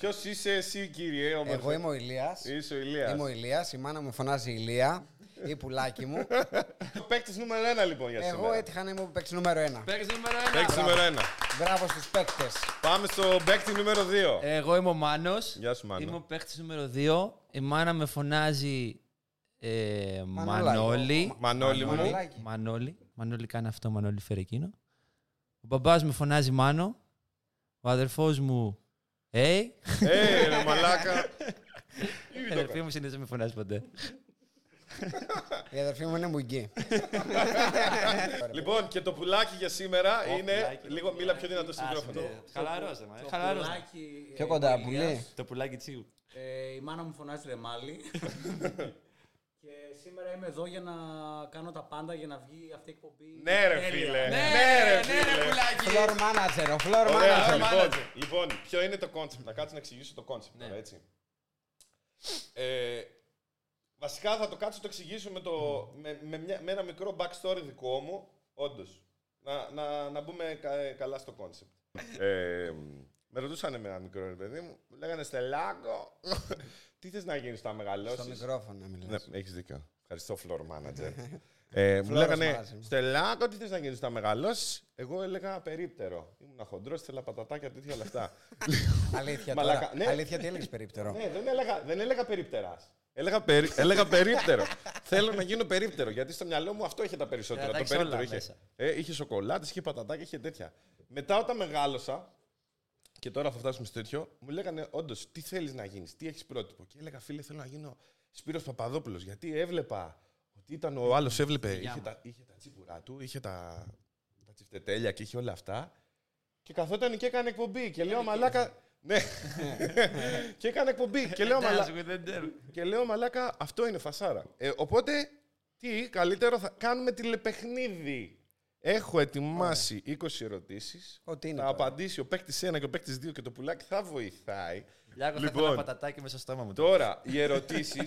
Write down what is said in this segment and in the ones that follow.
Ποιος είσαι εσύ, κύριε, όμορφε. Εγώ είμαι ο Ηλίας. Είσαι ο Ηλίας. Είμαι ο Ηλίας. Η μάνα μου φωνάζει Ηλία. Η πουλάκι μου. Παίκτης νούμερο 1 λοιπόν για Εγώ σήμερα. έτυχα να είμαι παίξει νούμερο ένα. Παίξε νούμερο Παίκτης 1. νούμερο 1. Μπράβο στους παίκτες. Πάμε στο παίκτη νούμερο 2. Ε, Εγώ είμαι ο Μάνος. Γεια σου, Μάνο. Είμαι ο παίχτη νούμερο 2. Η μάνα με φωνάζει. Ε, Μανώλη. Μανώλη μου. Μανολάκι. Μανώλη. Μανώλη κάνει αυτό, Μανώλη φέρε εκείνο. Ο μπαμπάς μου φωνάζει Μάνο. Ο αδερφός μου. Hey. Ε, ρε, μαλάκα. Η αδερφή μου συνήθως δεν με φωνάζει ποτέ. Η αδερφή μου είναι μουγγί. Λοιπόν, και το πουλάκι για σήμερα είναι. πουλάκι, Λίγο, μίλα πιο δυνατό στο μικρόφωνο. Χαλαρός, ε, μα. Το Χαλαρός. πουλάκι, Πιο ε, κοντά, ο που Ηλίας. λέει. Το πουλάκι τσίου. Ε, η μάνα μου φωνάζει Ρεμάλι. και σήμερα είμαι εδώ για να κάνω τα πάντα για να βγει αυτή η εκπομπή. Ναι, ρε τέλεια. φίλε. Ναι, Ναι, ρε, ναι, ρε, φίλε. πουλάκι. Φλόρ μάνατζερ, ο φλόρ Ωραία, μάνατζερ. λοιπόν, λοιπόν, ποιο είναι το κόνσεπτ. Να κάτσω να εξηγήσω το κόνσεπτ τώρα, έτσι. Ε, βασικά θα το κάτσω να το εξηγήσω με, το, με, με, μια- με ένα μικρό backstory δικό μου, όντως. Να, να, να μπούμε κα- καλά στο κόνσεπτ. Ε, με ρωτούσαν με ένα μικρό ρε παιδί μου, μου λέγανε Στελάκο, τι θες να γίνεις, θα μεγαλώσεις. Στο μικρόφωνο να μιλάς. Ναι, έχεις δίκιο. Ευχαριστώ, floor manager. ε, μου Φλόρος λέγανε, manager. Στελάκο, τι θες να γίνεις, να μεγαλώσεις. Εγώ έλεγα περίπτερο. Ήμουν χοντρό, θέλω πατατάκια, τέτοια όλα αυτά. Αλήθεια Μαλάκα, τώρα. ναι. Αλήθεια τι έλεγες περίπτερο. ναι, δεν έλεγα, δεν έλεγα περίπτερας. Έλεγα, περί, έλεγα περίπτερο. θέλω να γίνω περίπτερο. Γιατί στο μυαλό μου αυτό είχε τα Ε, περισσότερα. τα το έχεις περίπτερο όλα είχε. μέσα. Ε, είχε σοκολάτες, είχε πατατάκια, είχε τέτοια. Μετά όταν μεγάλωσα, και τώρα θα φτάσουμε στο τέτοιο, μου λέγανε όντως τι θέλεις να γίνεις, τι έχεις πρότυπο. Και έλεγα, φίλε, θέλω να γίνω Σπύρος Παπαδόπουλος. Γιατί έβλεπα ότι ήταν ο άλλος, έβλεπε. Είχε τα, είχε τα τσίπουρά του, είχε τα, τα τσιφτετέλια και είχε όλα αυτά. Και καθόταν και έκανε εκπομπή. Και λέω, μαλάκα. Ναι. και έκανε εκπομπή. Και λέω, Ναι, μαλάκα. Και λέω, μαλάκα, αυτό είναι φασάρα. Ε, οπότε, τι καλύτερο θα κάνουμε τηλεπαιχνίδι. Έχω ετοιμάσει 20 ερωτήσεις. Ό,τι είναι Θα τώρα. απαντήσει ο παίκτης 1 και ο παίκτης 2 και το πουλάκι θα βοηθάει. Λιάκο, Λοιπόν. θα ήθελα πατατάκι μέσα στο στόμα μου. Τώρα, οι ερωτήσεις.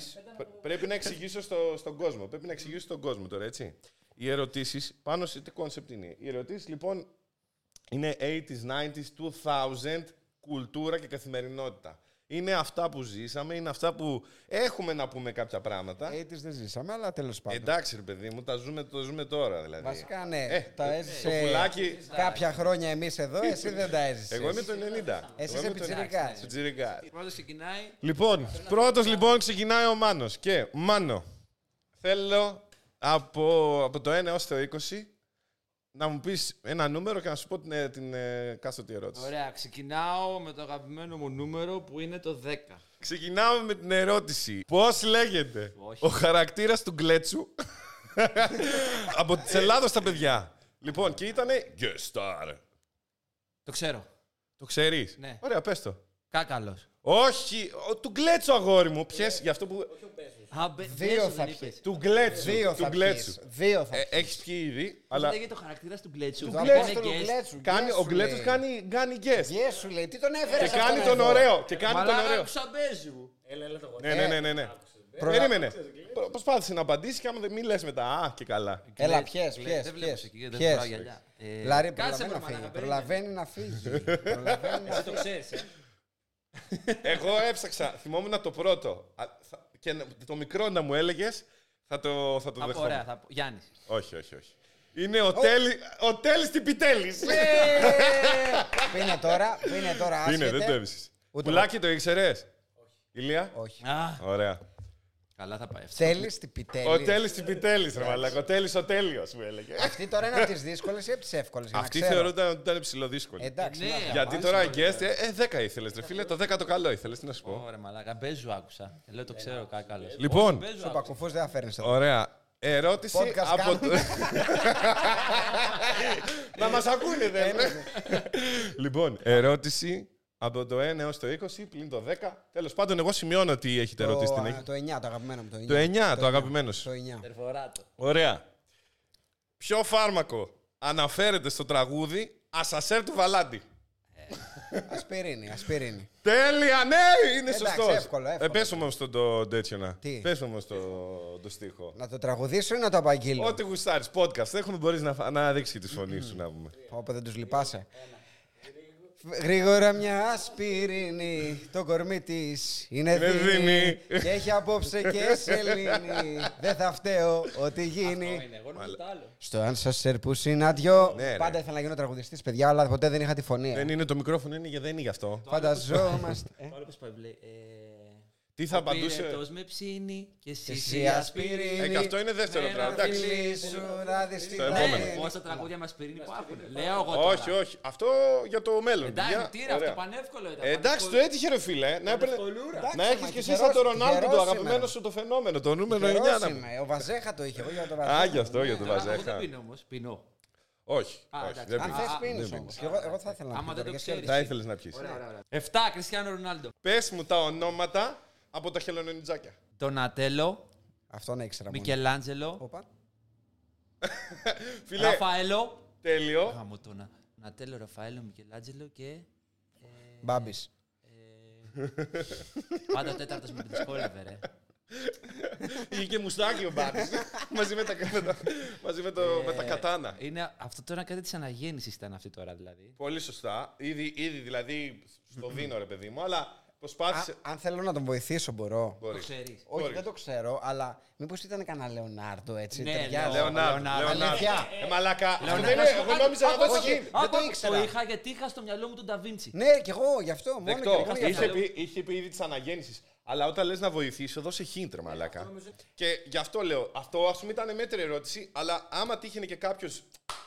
πρέπει να εξηγήσω στο, στον κόσμο. Πρέπει να εξηγήσω στον κόσμο τώρα, έτσι. Οι ερωτήσεις. Πάνω σε τι κόνσεπτ είναι. Οι ερωτήσεις λοιπόν είναι 80s, 90s, 2000, κουλτούρα και καθημερινότητα. Είναι αυτά που ζήσαμε, είναι αυτά που έχουμε να πούμε κάποια πράγματα. Έτσι δεν ζήσαμε, αλλά τέλος πάντων. Εντάξει, ρε παιδί μου, τα ζούμε, το ζούμε τώρα δηλαδή. Βασικά ναι, Ε, τα Το έζησε πουλάκι. κάποια χρόνια εμείς εδώ, εσύ δεν τα έζησες. Εγώ είμαι το 90. Εσύ Εγώ είσαι είμαι το 90. πιτσιρικάς. Πιτσιρικάς. Πρώτος ξεκινάει. Λοιπόν, πρώτος λοιπόν ξεκινάει ο Μάνος. Και Μάνο, θέλω από, από το 1 έως το 20 να μου πεις ένα νούμερο και να σου πω την, ε, την ε, κάστοτε ερώτηση. Ωραία, ξεκινάω με το αγαπημένο μου νούμερο που είναι το 10. Ξεκινάμε με την ερώτηση. Πώς λέγεται Όχι. ο χαρακτήρας του Γκλέτσου από της Ελλάδος τα παιδιά. Λοιπόν, και ήτανε Yes, Star. Το ξέρω. Το ξέρεις. Ναι. Ωραία, πες το. Κάκαλος. Όχι, ο- του Γκλέτσου αγόρι μου. Ναι. Ποιες, γι' αυτό που... Α, μπε- Δύο δεν θα είπες. πιείς. Του Γκλέτσου. Δύο του θα Γκλέτσου. πιείς. Δύο θα Ε, πιείς. έχεις πιει ήδη, Αλλά... αλλά Λέγεται ο χαρακτήρας του Γκλέτσου. Του που Γκλέτσου, είναι του guest. Γκλέτσου, Κάνει, guest ο σου Γκλέτσου λέει. κάνει, κάνει guest. Γεια σου λέει, τι τον έφερες. Και κάνει τον ωραίο. Και κάνει τον Μαλάκα ωραίο. άκουσα μπέζου. Έλα, έλα το γονεί. ε. Ναι, ναι, ναι, ναι. ναι. Προλα- Περίμενε. Προ- Προσπάθησε να απαντήσει και άμα δεν μη λες μετά. Α, και καλά. Έλα, Γκλέτσου, πιες, λέει, πιες, Δεν βλέπω πιες, εκεί, δεν πιες. φοράω γυαλιά. Ε, Λαρή, κάτσε, προλαβαίνει να βρε, φύγει. μαλάκα, Προλαβαίνει να φύγει. Προλαβαίνει να φύγει. ε. Εγώ έψαξα. Θυμόμουν το πρώτο. Α, θα- Και να- το μικρό να μου έλεγες. Θα το, θα το περίμενε. Από, Ωραία, δεχόμουν. θα πω. Γιάννης. Όχι, όχι, όχι. Είναι ο Τέλη. Ο Τέλης Τυπιτέλης. Πίνε τώρα, πίνε τώρα. Είναι, άσχετε. δεν το έβρισες. Ούτε Πουλάκι το ήξερες. Ηλία. Όχι. Α, Ωραία. καλά θα πάει αυτό. Θέλεις την Ο πιτέλη. Τέλης Τυπιτέλης, ρε μαλάκα. Ο Τέλης ο Τέλειος, μου έλεγε. Αυτή τώρα είναι από τις δύσκολες ή από τις εύκολες. Αυτή θεωρούνταν ότι ήταν ψηλοδύσκολη. Ε, Εντάξει, Ναι. να τα Γιατί πας. τώρα guest, ε, ε, 10 ήθελες, ρε φίλε, το 10 το καλό ήθελες, τι να σου πω. Ωραία, μαλάκα. Μπέζου άκουσα. Ε, Λέω το ξέρω, κάκαλο. Λοιπόν, Στο πακουφούς δεν θα φέρνεις εδώ. ωραία. Ερώτηση Podcast από το. κάνουμε. να μας ακούνε, δεν Λοιπόν, ερώτηση από το 1 έως το 20 πλην το 10. Τέλος πάντων, εγώ σημειώνω ότι έχετε ερωτήσει την Το έχετε. το 9, το αγαπημένο μου. Το 9, το αγαπημένος Το σου. 9. Περφοράτο. Ωραία. Ποιο φάρμακο αναφέρεται στο τραγούδι Ασασέρ του Βαλάντη. Ασπιρίνη, ασπιρίνη. Τέλεια, ναι, είναι Εντάξει, σωστός. εύκολο, εύκολο. πες όμως το, το τέτοιο να. Τι? Πες όμως το, το στίχο. Να το τραγουδήσω ή να το απαγγείλω. Ό,τι Ναι. γουστάρεις, podcast. Έχουμε μπορείς να, φα- να δείξεις τη φωνή σου να πούμε. Όποτε δεν τους λυπάσαι. Γρήγορα μια άσπηρινη, το κορμί της είναι Είναι δίνη. δίνη. Και έχει απόψε και σελήνη. Δεν θα φταίω ότι Αυτό γίνει. είναι, εγώ νομίζω το άλλο. Στο αν σας σερπού συναντιώ. Ναι, ρε. Πάντα ήθελα να γίνω τραγουδιστής, παιδιά, αλλά ποτέ δεν είχα τη φωνή. Δεν είναι το μικρόφωνο, είναι για- δεν είναι γι' αυτό. Φανταζόμαστε. ε. Το άλλο πώς πάει, λέει, ε, Τι θα ο απαντούσε. πυρετός με ψήνει και εσύ, Εσύ ασπιρίνη. Ε, και αυτό είναι δεύτερο Ναι, πράγμα. να Εντάξει. φιλί- φιλί σου να δεις τι Στο θα επόμενο. γίνει. Πόσα τραγούδια μα πυρήνει που άκουνε. Λέω εγώ. τώρα. Όχι, όχι. Αυτό για το μέλλον. παιδιά. Εντάξει, τι είναι Ωραία. αυτό, πανεύκολο ήταν. Ε, Εντάξει, το έτυχε ρε φίλε. Να έπαιρνε- Πανευκολούρα. Να Εντάξει, έχεις μα, και εσύ τυχερός- σαν το Ρονάλντο το τυχερός αγαπημένο είμαι. σου το φαινόμενο, το νούμερο 9. Τυχερός να- είμαι. Ο Βαζέχα το είχε. Εγώ για τον Βαζέχα. Α, γι' αυτό για τον Τώρα, Εγώ Βαζέχα. Ναι, δεν πίνω όμως. Πίνω. Όχι, Α, όχι, εντάξει. δεν Α, Αν πίνεις. θες, θε δεν πίνεις πίνεις. όμως. Εγώ, εγώ θα ήθελα να Άμα πίνω δεν το τώρα, ξέρεις. Θα ήθελες να πιεις. Εφτά, Κριστιανό Ρονάλντο. Πες μου τα ονόματα από τα χελονιτζάκια. Ντονατέλο, Αυτό να ήξερα. μόνο. Μικελάντζελο, Όπα. Φίλε, Ραφαέλο. τέλειο. γάμο το να. Ντονατέλο, Ραφαέλο, Μικελάντζελο και. Μπάμπης. ε, Πάντα τέταρτος με τη δυσκόλευε, ρε. Είχε και μουστάκι ο Μπάρις. μαζί με τα, με τα- μαζί με το, με τα Ε, κατάνα. Είναι αυτό τώρα κάτι της αναγέννησης ήταν αυτή τώρα δηλαδή. Πολύ σωστά. Ήδη, ήδη δηλαδή στο δίνω ρε παιδί μου, αλλά προσπάθησε. Αν θέλω να τον βοηθήσω, μπορώ. Το Μπορεί. ξέρει. Όχι, Μπορείς. δεν το ξέρω, αλλά μήπως ήταν κανένα Λεωνάρντο έτσι. Ναι, ταιριάζει. Λεωνάρντο. Λεωνάρδο. Λεωνάρδο. Αλήθεια. Ε, μαλακά. Αυτό Λεωνάρδο. δεν είναι- Εγώ νόμιζα να δώσει γίνει. Δεν το ήξερα. Το είχα γιατί είχα στο μυαλό μου τον Νταβίντσι. Ναι, κι εγώ γι' αυτό. Μόνο και Δεκτό. μόνο γι' αυτό. Είχε πει, είχε πει ήδη της αναγέννησης. Αλλά όταν λες να βοηθήσω, δώσε χίντρε, μαλακά. Και γι' αυτό λέω, αυτό ας πούμε ήταν μέτρη ερώτηση, αλλά άμα τύχαινε και κάποιος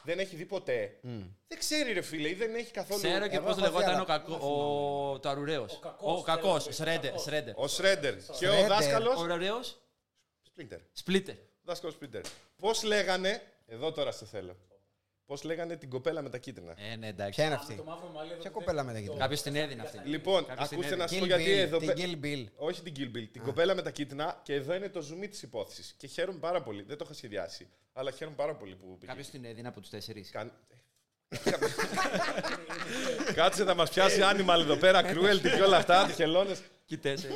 δεν έχει δει ποτέ. Δεν ξέρει, ρε φίλε, ή δεν έχει καθόλου. Ξέρω και Εγώ πώ έχω δει, λεγόταν αλλά ο κακό. Ο το Αρουραίος. κακός, Ο κακό. θέλω να πει, Σρέντερ. κακός. Σρέντερ. Ο Σρέντερ και ο Σρέντερ. δάσκαλος. Ο Αρουραίος. Σπλίντερ. Σπλίτερ. Δάσκαλος Σπλίντερ. Πώς λέγανε. Εδώ τώρα σε θέλω. Πώς λέγανε την κοπέλα με τα κίτρινα. Ε, ναι, εντάξει. Ποια είναι Το αυτή. μαύρο μαλλί εδώ Ποια το κοπέλα με τα κίτρινα. Κάποιος την έδινε Ε, αυτή. Λοιπόν, Κάποιος την ακούστε έδινε. να σα Kill πω γιατί Bill, εδώ. την πέ- Kill Bill. Όχι την Kill Bill, την κοπέλα με τα κίτρινα και εδώ είναι το zoom της υπόθεσης. Και χαίρομαι πάρα πολύ. Δεν το είχα σχεδιάσει, αλλά χαίρομαι πάρα πολύ που πήγε. Κάποιος την έδινε από τους τέσσερις. Καν- Κάτσε να μας πιάσει animal εδώ πέρα, cruelty και όλα αυτά, τις χελώνες. Και τέσσερι.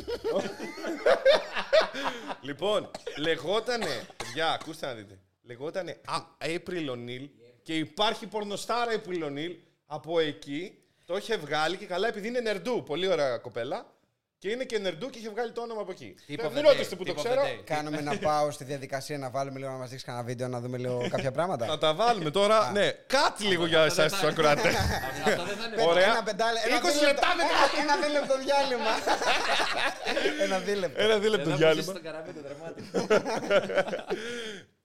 λοιπόν, λεγότανε. Για, ακούστε να δείτε. Λεγότανε Α- April O'Neil και υπάρχει πορνοστάρα April O'Neil από εκεί. Το είχε βγάλει και καλά, επειδή είναι νερντού. Πολύ ωραία κοπέλα. Και είναι και νερντού και είχε βγάλει το όνομα από εκεί. Tip Δεν- of Δεν the ρώτησε day, που tip το of the ξέρω. day. Κάνουμε να πάω στη διαδικασία να βάλουμε λίγο να μας δείξει κανένα βίντεο να δούμε λίγο κάποια Να πράγματα. τα βάλουμε τώρα. ναι, κάτι λίγο για εσά τους ακροατές. Αυτό δεν θα είναι. Ωραία. Ένα πεντάλε- ένα 20 δίλεπτο- λεπτά μετά. Ένα δίλεπτο διάλειμμα. Ένα δίλεπτο. Ένα Δεν δίλεπτο θα πέσει διάλειμμα. στον καράβι το δραμάτι.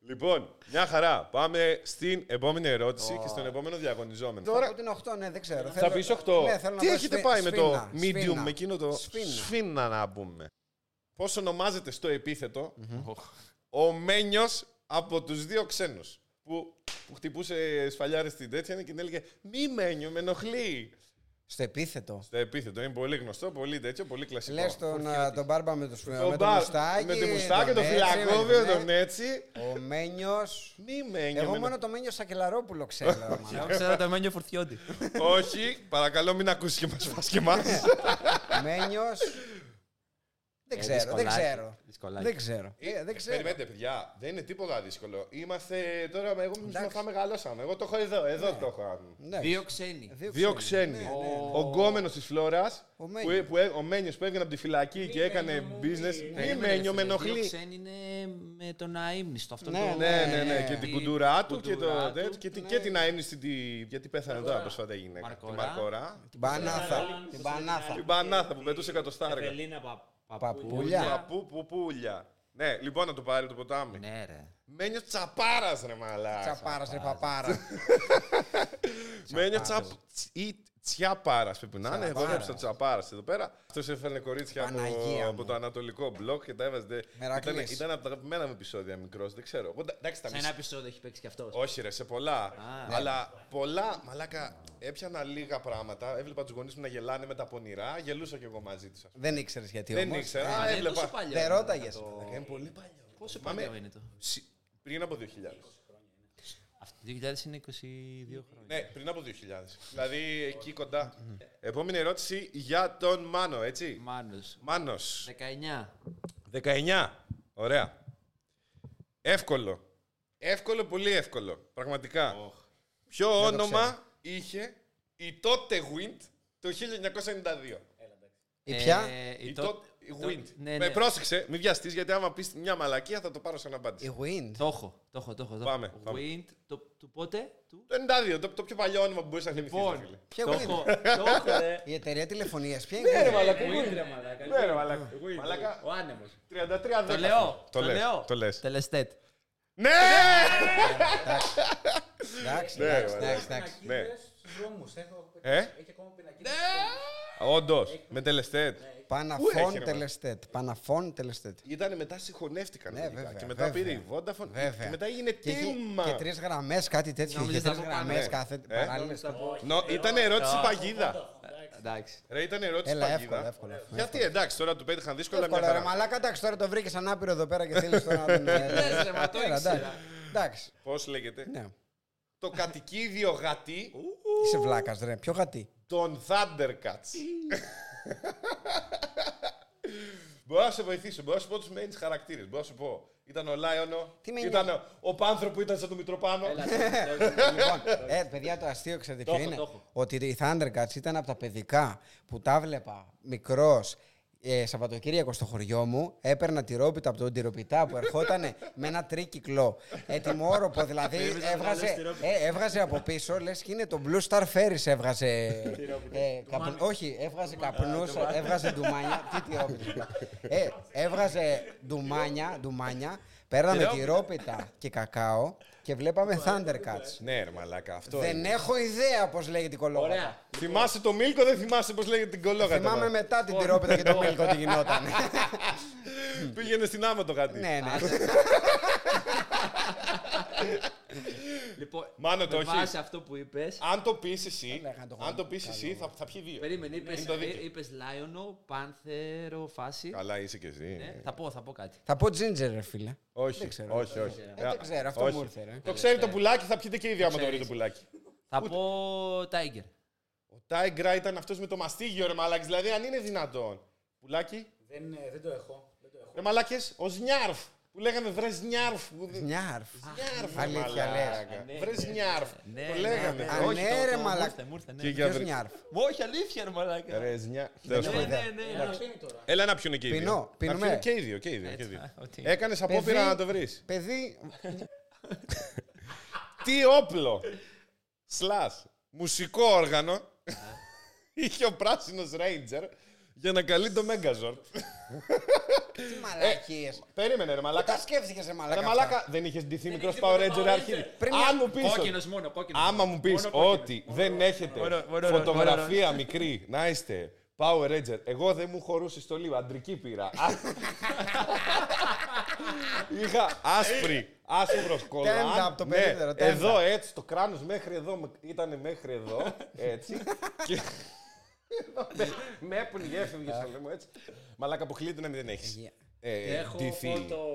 Λοιπόν, μια χαρά. Πάμε στην επόμενη ερώτηση και στον επόμενο διαγωνιζόμενο. Τώρα ότι είναι 8, ναι, δεν ξέρω. Ναι, θα πει 8. Τι έχετε πάει με το medium, με με εκείνο το Σφίνα. σφίνα να πούμε. Πώς ονομάζεται στο επιθετο ο Μένιος από τους δύο ξένους. Που, που χτυπούσε σφαλιάρες στην τέτοια και την έλεγε Μη Μένιο, με ενοχλεί. Στο επίθετο. Στο επίθετο είναι πολύ γνωστό, πολύ τέτοιο, πολύ κλασικό. Λες τον, α, τον μπάρμπα με το, σφ- Το με το μπα- μουστάκι. με το μουστάκι, το έτσι, φυλακόβιο, με το τον έτσι. ναι. Ο Μένιος. Μη Μένιο. Εγώ με μόνο το Μένιο Σακελαρόπουλο ξέρω. μάνα. Εγώ ξέρω το μένιο φορτιώτη. Όχι, παρακαλώ μην ακούσει και μας φας και εμά. Μένιος. Δεν ξέρω, δεν ξέρω. Δεν ξέρω. Ε, Δεν ξέρω. Περιμένετε, παιδιά, δεν είναι τίποτα δύσκολο. Είμαστε τώρα, εγώ μου θα μεγαλώσαμε. Εγώ το έχω εδώ, εδώ το έχω. Ναι. Δύο ξένοι. Δύο ξένοι. Ναι, ναι. Ο γκόμενος της Φλόρας, Ο Μένιος. ο Μένιος που έβγαινε από τη φυλακή και έκανε business. Ναι, Μη Περίμενε, ρε Μένιο, με φίλε, Δύο ενοχλεί. ξένοι είναι με τον αείμνηστο. Αυτό Ναι, το- Ναι, ναι, ναι, και τη- την κουντουρά του και το κουντουρά τέτοιο. του. Και την- και την αίμνηση. τη- Γιατί πέθανε τώρα πρόσφατα η γυναίκα. Την Μαρκορά. Μαρκορά. Την Πανάθα. Την Την Την Πανάθα. Πανάθα που πετούσε εκατοστάρια. Ευελίνα πα- Παπούλια. Παππού, που, πουλια. Ναι, λοιπόν να το πάρει το ποτάμι. Ναι, ρε. Μένιος τσαπάρας, ρε μαλά. Τσαπάρας, ρε παπάρα. Μένιος τσαπ... ή τσιάπαρας πρέπει να είναι. Εγώ Τσιαπάρας. έγραψα τσαπάρα εδώ πέρα. Αυτός έφερνε κορίτσια από, Παναγία μου. από το ανατολικό μπλοκ και τα έβαζε. Μερακλής. Ήταν, ήταν από τα αγαπημένα μου επεισόδια μικρός, δεν ξέρω. Εγώ, εντά- εντάξει, τα Σε ένα ναι. μισ- επεισόδιο έχει παίξει κι αυτός. Όχι, ρε, σε πολλά. Αλλά πολλά, μαλάκα, έπιανα λίγα πράγματα. Έβλεπα τους γονείς μου να γελάνε με τα πονηρά. Γελούσα κι εγώ μαζί τους. Δεν ήξερες γιατί Δεν όμως. ε, ήξερα, α, έβλεπα. Δεν ρώταγες. Είναι πολύ παλιό. Πόσο Μα με- παλιό είναι το. Συ- Πριν από 2000. Αυτό το 2000 είναι 22 χρόνια. Ναι, πριν από 2000. Δηλαδή εκεί κοντά. Επόμενη ερώτηση για τον Μάνο, έτσι. Μάνος. Μάνος. 19. 19. Ωραία. Εύκολο. Εύκολο, πολύ εύκολο. Πραγματικά. Ποιο το όνομα είχε η τότε Wind το 1992. Η ποια? Ε, Η η το... τότε- η Wind. ναι, ναι. Με πρόσεξε, μην βιαστείς, γιατί άμα πεις μια μαλακία θα το πάρω σαν απάντηση. Η Wind. Το έχω, το έχω, το έχω. το Πάμε, έχω. πάμε. Wind, το, του πότε, του. Το 92, το, το πιο παλιό όνομα που μπορείς να θυμηθείς. Λοιπόν. Ποια Το Wind. έχω, το έχω, ρε. Η εταιρεία τηλεφωνίας. Ποια Ναι, ρε είναι η Wind. μαλακά. Wind, ρε, μαλάκα. Ναι, ρε μαλακά. Μαλακά. Ο άνεμος. 33 Το λέω, το λες, λέω. Το λες. Τελεστέτ. Ναι! Εντάξει, Ναι, εντάξει, μαλάκα. εντάξει, εντάξει. Ναι. στους δρόμους. Έχω- Ε? Έχει ακόμα πινακίδες στους δρόμους. Όντως, με τελεστέτ. Ναι, Πού έχει, Παναφών ρε, τελεστέτ. Παναφών τελεστέτ. Ήταν μετά συγχωνεύτηκαν. Ναι, τελικά. βέβαια, Και μετά βέβαια. πήρε η Vodafone. Βέβαια. Και μετά έγινε Και, είχε- τίμα. και τρεις γραμμές, κάτι τέτοιο. Νόμιζες Είχε τρει από πάνω, γραμμές ε. κάθε Ε. παράλληλες. Νο- Ήταν ερώτηση Α, παγίδα. Εντάξει. Ρε, ήταν ερώτηση Έλα, παγίδα. εύκολα, εύκολα. εύκολα. Γιατί εντάξει, τώρα του πέτυχαν δύσκολα μια Εύκολα, ρε χαρά. μαλάκα, εντάξει, τώρα το βρήκες ανάπηρο εδώ πέρα και θέλεις τώρα να τον. ε, Λες, ρε, μα το Έλα, ήξερα. εντάξει. Εντάξει. Πώς λέγεται. Ναι. Το κατοικίδιο γατί Είσαι βλάκας, ρε. Ποιο γατί. των Thundercats. Μπορώ να σε βοηθήσω, μπορώ να σου πω τους main χαρακτήρες. Μπορώ να σου πω. Ήταν ο Λάιονο, Τι με ήταν ο- ο Πάνθρο που ήταν σαν τον Μητροπάνο. λοιπόν, ε, παιδιά, το αστείο ξέρετε Το ποιο έχω, είναι. το έχω. Ότι οι Thundercats ήταν από τα παιδικά που τα βλέπα μικρός ε, Σαββατοκύριακο στο χωριό μου. Έπαιρνα τη ρόπιτα από τον τυροπιτά που ερχόταν με ένα τρίκυκλο. Ετοιμόροπο, δηλαδή έβγαζε, ε, έβγαζε από πίσω, λες και είναι το Blue Star Ferris έβγαζε. ε, καπ- όχι, Ε, έβγαζε καπνού, έβγαζε ντουμάνια. Τι τυρόπιτα. ε, έβγαζε ντουμάνια, ντουμάνια. Παίρναμε τυρόπιτα και κακάο και βλέπαμε Thundercats. Ναι, ρε μαλάκα, αυτό. Δεν είναι. έχω ιδέα πώς λέγεται η κολόγα. Ωραία. Θυμάσαι το Μίλκο, δεν θυμάσαι πώς λέγεται την κολόγα. Θυμάμαι τώρα. μετά την τυρόπιτα και το μέλκο τι γινόταν. Πήγαινε στην άμα το γατί. ναι, ναι. Λοιπόν, Μάνο, το με έχεις. βάση αυτό που είπες, Αν το πεις εσύ, λέγανε Ναι, το αν γαμμένο, το πεις εσύ, θα, θα πιει δύο. Περίμενε, ε, είπε Είναι το δίκαιο. Λάιονο, Πάνθερο, φάση. Καλά είσαι κι εσύ. Ναι, ε. θα πω, θα πω κάτι. Θα πω ginger, ρε φίλε. Όχι, Δεν ξέρω. όχι, όχι. Ε, δεν ξέρω, αυτό όχι. μου ήρθε, ρε. Το ξέρει το πουλάκι, θα πιείτε και οι δύο άμα το βρει ξέρεις. το πουλάκι. Θα πω Tiger. Ο Τάι Γκρά ήταν αυτός με το μαστίγιο, ρε μαλάκι. Δηλαδή, αν είναι δυνατόν. Πουλάκι, Δεν, ε, δεν το έχω. Δεν το έχω. ρε μαλάκες, ο Ζνιάρφ. Που λέγανε βρε Ζνιάρφ. που δεν- Νιάρφ. Ζνιάρφ, ρε Αλήθεια, μαλάκα. λες. Βρε Ζνιάρφ. Ναι, Το ναι, λέγανε. Α, όχι. ναι, ρε το- μου μαλάκα. ήρθε, μου ήρθε, ναι. Και Ε, για Ποιο βρε- νιάρφ. Μα όχι, αλήθεια, ρε μαλάκα. Ρε Ζνιάρφ. έχω Ναι, Τέλος ναι, ιδέα. ναι. Ένα πίνει τώρα. Έλα να πιούνε και οι Πεινώ, δύο. πεινούμε. Να πιούνε και οι δύο, και οι δύο. και οι δύο. Έκανες απόπειρα Παιδί- να το βρεις. Παιδί, Τι όπλο. Σλά. Μουσικό όργανο. Είχε ο πράσινος Ρέιντζερ για να καλεί το Μέγκαζορτ. τι μαλακίες. Περίμενε, ρε Τα μαλάκα. σκέφτηκες, ρε Ρε μαλακά. μαλάκα, δεν είχες ντυθεί μικρό είχε Power τίποτα Ranger Power αρχίδι. Ranger. Πριν Αν μου πεις. Κόκκινος μόνο, κόκκινος. Άμα μου πεις Μόνο κόκκινος. ότι δεν έχετε φωτογραφία μικρή να είστε Power Ranger, εγώ δεν μου χωρούσε στο λίγο. Αντρική πήρα. Είχα άσπρη, άσπρος κολλάν. Τέντα από το Ναι, περίπτερο, τέντα. Εδώ έτσι, το κράνος μέχρι εδώ ήταν μέχρι εδώ. Έτσι. και... με έπνιγε, έφευγε στο λαιμό έτσι. Μαλάκα αποκλείται να μην έχει. Έχω φωτο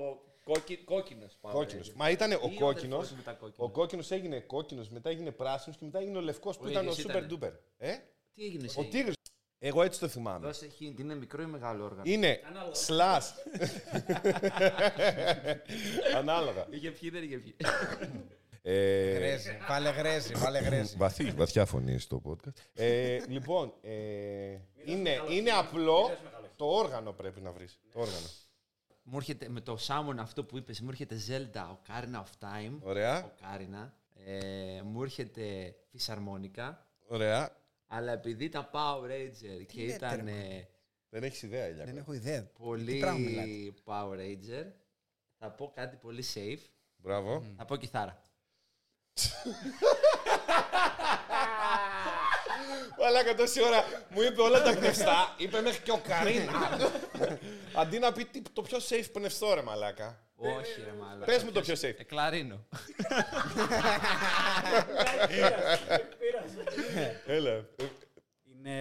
κόκκι- κόκκινος. Power Ε, Κόκκινος. Rangers. Μα ήταν ο αδερφός κόκκινο. μου ήταν κόκκινος. Ο κόκκινος έγινε κόκκινος, μετά έγινε πράσινος και μετά έγινε ο λευκός που Ο ήταν ο ίδιος super ήτανε. duper. Ε? Τι έγινε σε Ο τίγρη. Εγώ έτσι το θυμάμαι. Δώσε hint, είναι μικρό ή μεγάλο όργανο. Είναι Ανάλογα. σλά. Ανάλογα. Είχε πιει, δεν είχε πιει. Ε, Γρέζι, Βάλε γρέζι, βάλε γρέζι. Βαθύ, βαθιά φωνή στο podcast. Ε, λοιπόν, ε, είναι, είναι απλό. Το όργανο πρέπει να βρεις. Το όργανο. Μου έρχεται με το Σάμον αυτό που είπες, μου έρχεται Zelda, ο Carina of Time. Ωραία. Ο Carina. Ε, μου έρχεται φυσαρμόνικα. Ωραία. Αλλά επειδή ήταν Power Ranger και λέτε, ήταν ρε, ε, Δεν έχεις ιδέα, Ηλιακό. Δεν έχω ιδέα. Τι πολύ πράγμα μιλάτε. Power Ranger, θα πω κάτι πολύ safe. Μπράβο. Θα πω κιθάρα. Μαλάκα τόση ώρα μου είπε όλα τα γνωστά, είπε μέχρι και ο Καρίνα. Αντί να πει τι- το πιο safe πνευστό ρε μαλάκα. Όχι, ρε μάλλον. Ε, Πες μου το πιο safe. Κλαρίνο. Έλα. Ε, Είναι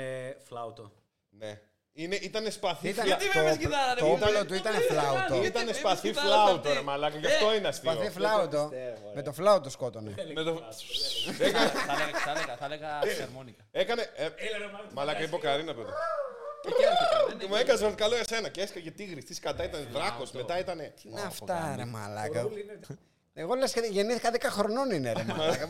φλάουτο. Ναι. Είναι, ήτανε σπαθή φλα... Ήταν- Γιατί με έβαλες κιθάρα, ρε, Το όπλο ήτανε- του ήτανε φλάουτο. Ήτανε Γιατί με σπαθή έβαλες φλάουτο αυτή. ρε μαλάκα, γι' αυτό είναι αστείο. Παθή φλάουτο. Με το φλάουτο σκότωνε. Με το- Θα έλεγα- θα έλεγα- Θα έλεγα φυσαρμόνικα. Έκανε... ε, Μαλάκα είπε ο Καρίνα παιδί. Εκεί έρχεται, δεν Και έχει- μου έκανε καλό εσένα και έσκαγε τίγρη. Τι κατά ήταν δράκο, μετά ήταν. Να αυτά, ρε μαλάκα. Εγώ λε και γεννήθηκα 10 χρονών είναι ρε. μαλάκα.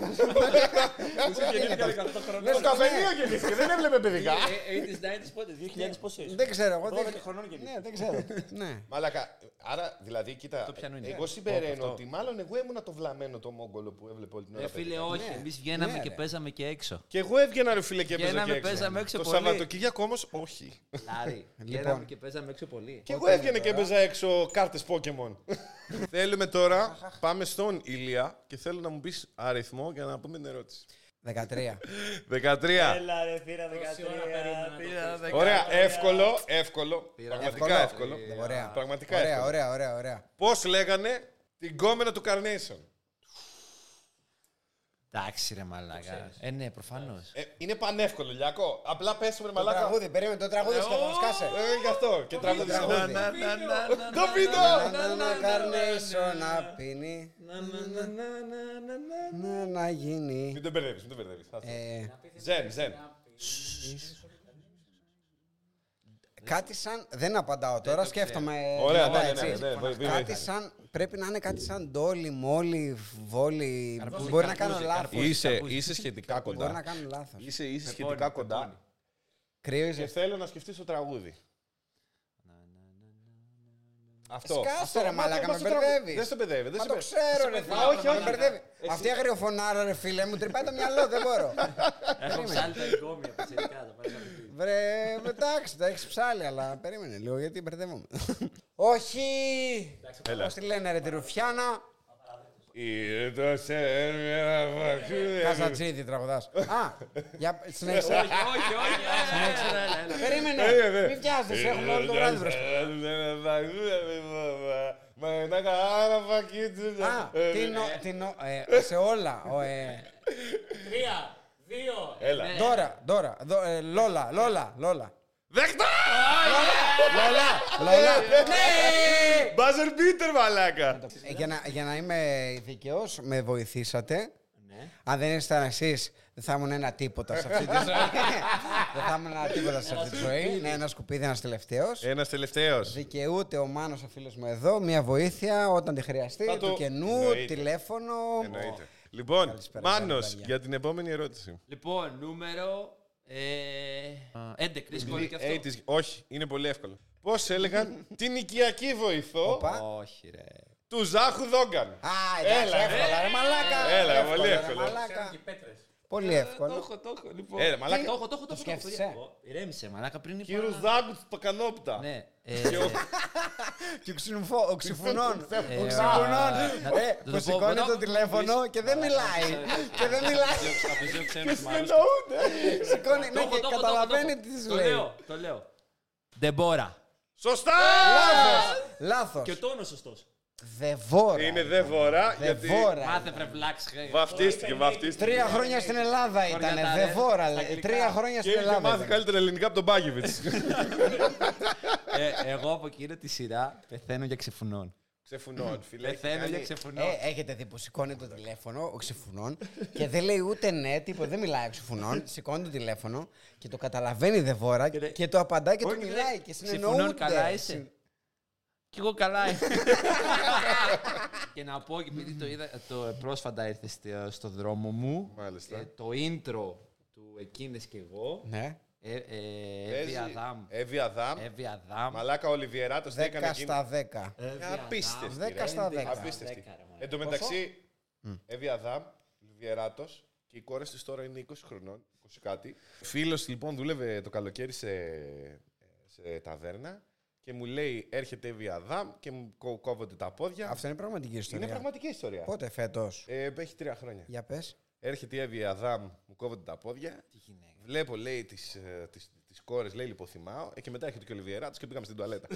γεννήθηκα 18 Ναι, χρονών. Στο καφενείο γεννήθηκε, δεν έβλεπε παιδικά. Ε, 80s, 90s, πότε, 2000 πόσο είσαι. Δεν ξέρω. Εγώ 12 δεν- χρονών γεννήθηκα. Ναι, δεν ξέρω. Ναι. Μαλάκα, άρα δηλαδή, κοίτα, πιανού είναι. εγώ συμπεραίνω ότι μάλλον εγώ ήμουνα το βλαμένο το μόγκολο που έβλεπε όλη την ώρα. Ρε παιδικά. φίλε, όχι. Εμείς βγαίναμε Ναι, και ρε. παίζαμε και έξω. Και εγώ έβγαινα ρε φίλε και έπαιζα Βγαίναμε, και έξω. παίζαμε έξω το πολύ. Σαββατοκύριακο όμως όχι. Λάρι. Βγαίναμε και παίζαμε έξω πολύ. και εγώ έβγαινα και έπαιζα έξω κάρτες Pokémon. Θέλουμε τώρα, πάμε στον Ηλία και θέλω να μου πεις αριθμό για να πούμε την ερώτηση. 13. 13. Έλα ρε, πήρα 13. ώρα περίμενα να το πήρα 13. Ωραία, εύκολο, εύκολο. Πραγματικά Εύκολο. εύκολο. Ε, Ωραία. Πραγματικά Ωραία, εύκολο. ωραία, ωραία, ωραία. Πώς λέγανε την κόμενα του Carnation. Εντάξει, ρε μαλάκα. Ε, ναι, προφανώς. Ε, είναι πανεύκολο, Λιακό. Απλά πες με ρε Το μαλάκα. τραγούδι, περίμενε το τραγούδι σου και θα το σκάσε. Ε, γι' αυτό και τραγούδι. τραγούδι. Το βίντεο! Να να ναι, καρνήσω να πίνει. ναι. Να να γίνει. Μην τον μπερδεύεις, μην τον μπερδεύεις. Ε, Ζεν, ζεν. Κάτι σαν. Δεν απαντάω τώρα, σκέφτομαι. Ωραία, δυνατά, ναι, ναι, έτσι. ναι, ναι, βοη- βοη- Κάτι σαν. Πρέπει να είναι κάτι σαν ντόλι, μόλι, βόλι. Μπορεί να κάνω λάθος. Είσαι, είσαι σχετικά Μπορεί να κοντά. κάνω λάθος. Είσαι, είσαι σχετικά κοντά. Κρύο ή Και ζεστό. θέλω να σκεφτείς το τραγούδι. Αυτό. Σκάσε ρε μαλάκα, με μπερδεύεις. Δεν στο μπερδεύει. ε, Δεν Μα σε το μπερδεύει. ξέρω, ρε φίλε. όχι, με όχι. μπερδεύεις. Αυτή η αγριοφωνάρα, ρε φίλε, μου τρυπάει το μυαλό, δεν μπορώ. Έχω ψάλει τα εγκόμια από τσερικά, τα παρακαλώ. Βρε, εντάξει, τα έχεις ψάλει, αλλά περίμενε λίγο γιατί μπερδεύομαι. Όχι! Πώς τη λένε, ρε, τη Ρουφιάνα. Ήρθε σε μια βαχτίδα. Καζατζίδη τραγουδάς. Α, για συνέχισε. Όχι, όχι, όχι. Ε, Περίμενε, μην βιάζεσαι, έχουμε όλο το βράδυ μπροστά. Μα ένα ε, καλά φακίτσι. Α, τι ε. νο- τι νο- ε, σε όλα. ο, ε, Τρία, δύο, Έλα. Δώρα, δώρα, δω- ε, Λόλα, Λόλα, Λόλα. Δέχτα! Λόλα, Λόλα. Ναι! Ναι! Μπάζερ Πίτερ, μαλάκα. Ε, Για να, για να είμαι δικαιό, με βοηθήσατε. Ναι. Αν δεν ήσασταν εσείς, δεν θα ήμουν ένα τίποτα σε αυτή τη ζωή. δεν θα ήμουν ένα τίποτα σε αυτή τη ζωή. Είναι ένας σκουπίδι, ένας τελευταίος. Ένας τελευταίος. Δικαιούται ο Μάνος ο φίλος μου εδώ, μια βοήθεια όταν τη χρειαστεί, Θα το- του κενού, Εννοείται. τηλέφωνο. Εννοείται. Λοιπόν, Καλησπέρα, Μάνο, παιδιά. για την επόμενη ερώτηση. Λοιπόν, νούμερο. ε, 11. Δύσκολο και αυτό. 80's Όχι, είναι πολύ εύκολο. Πώς έλεγαν την οικιακή βοηθό Οπα. Όχι, ρε. του Ζάχου Δόγκαν. Α, εντάξει, Έλα, εύκολα, ρε μαλάκα. Έλα, πολύ ρε, εύκολο. μαλάκα. και πέτρες. Πολύ εύκολο. Ε, το έχω, λοιπόν. Ε, ρε, μαλάκα. Το έχω, το έχω, το έχω. σκέφτεσαι? παιδιά. Ω, Ηρέμησε, μαλάκα πριν είπα. Κύριου Ζάγκου του Πακανόπτα. Ναι. ε, Και ο- Και ξυνουφώ, ο ξυφουνών. Ο ε, ξυφουνών. θα- Ε, θα το Που πω, σηκώνει μετά- το τηλέφωνο και δεν μιλάει. Και δεν μιλάει. Σηκώνει, Το ναι, έχω, και το έχω, το έχω, το καταλαβαίνει έχω. τι της Το λέει. λέω, το λέω. Δεμπόρα. Σωστά! Λάθος. Και το όνομα σωστός. Δεβόρα. Είναι δε βορρά, γιατί Δεβόρα. Μάθε βρε βλάξ. χε. βαφτίστηκε, βαφτίστηκε. Τρία χρόνια στην Ελλάδα ήταν. τα ρε. Δεβόρα. λέει. Αγγλικά. Τρία χρόνια Και στην είχε Ελλάδα. μάθει ήταν. καλύτερα ελληνικά από τον Μπάκεβιτ. Ε, Εγώ από εκείνη τη σειρά πεθαίνω για ξεφουνών. Ξεφουνών, φιλέ. έχει Πεθαίνω για κάνει- ξεφουνών. Ε, έχετε δει που σηκώνει το τηλέφωνο ο ξυφουνών και δεν λέει ούτε ναι, τίποτα. Δεν μιλάει ο ξυφουνών. Σηκώνει το τηλέφωνο και το καταλαβαίνει δεβόρα λέει, και το απαντάει και του Όχι, ρε, μιλάει και συνεννοούνται. ξεφουνών, καλά είσαι. Κι εγώ καλά είμαι. και να πω, επειδή το είδα, το ε, πρόσφατα ήρθε στη- στο δρόμο μου, Μάλιστα. ε, το intro του Εκείνες και εγώ, Ναι. ε, ε, Παίζει- Εύβοια Δάμ. Εύη Αδάμ. Εύβοια Δάμ. Μαλάκα ο Λιβιεράτος τι έκανε 10 εκείνη. στα 10. Απίστευτη. Δέκα ρε. στα δέκα. Απίστευτη. Δέκα, ρε, μαλάκα. Εν τω μεταξύ, Εύη Αδάμ, Λιβιεράτος και οι κόρε της τώρα είναι 20 χρονών, 20 κάτι. Φίλος λοιπόν δούλευε το καλοκαίρι σε, σε ταβέρνα και μου λέει: Έρχεται Εύη Αδάμ και μου κο- κόβονται τα πόδια. Αυτό είναι πραγματική ιστορία. είναι πραγματική ιστορία. Πότε φέτος. Ε, έχει τρία χρόνια. Για πες. Έρχεται η Εύη Αδάμ, μου κόβονται τα πόδια. Βλέπω, λέει, τις τις, ε, τις, τις κόρες, λέει, λιποθυμάω. Ε, και μετά έρχεται και ο Λιβιεράτο και πήγαμε στην τουαλέτα.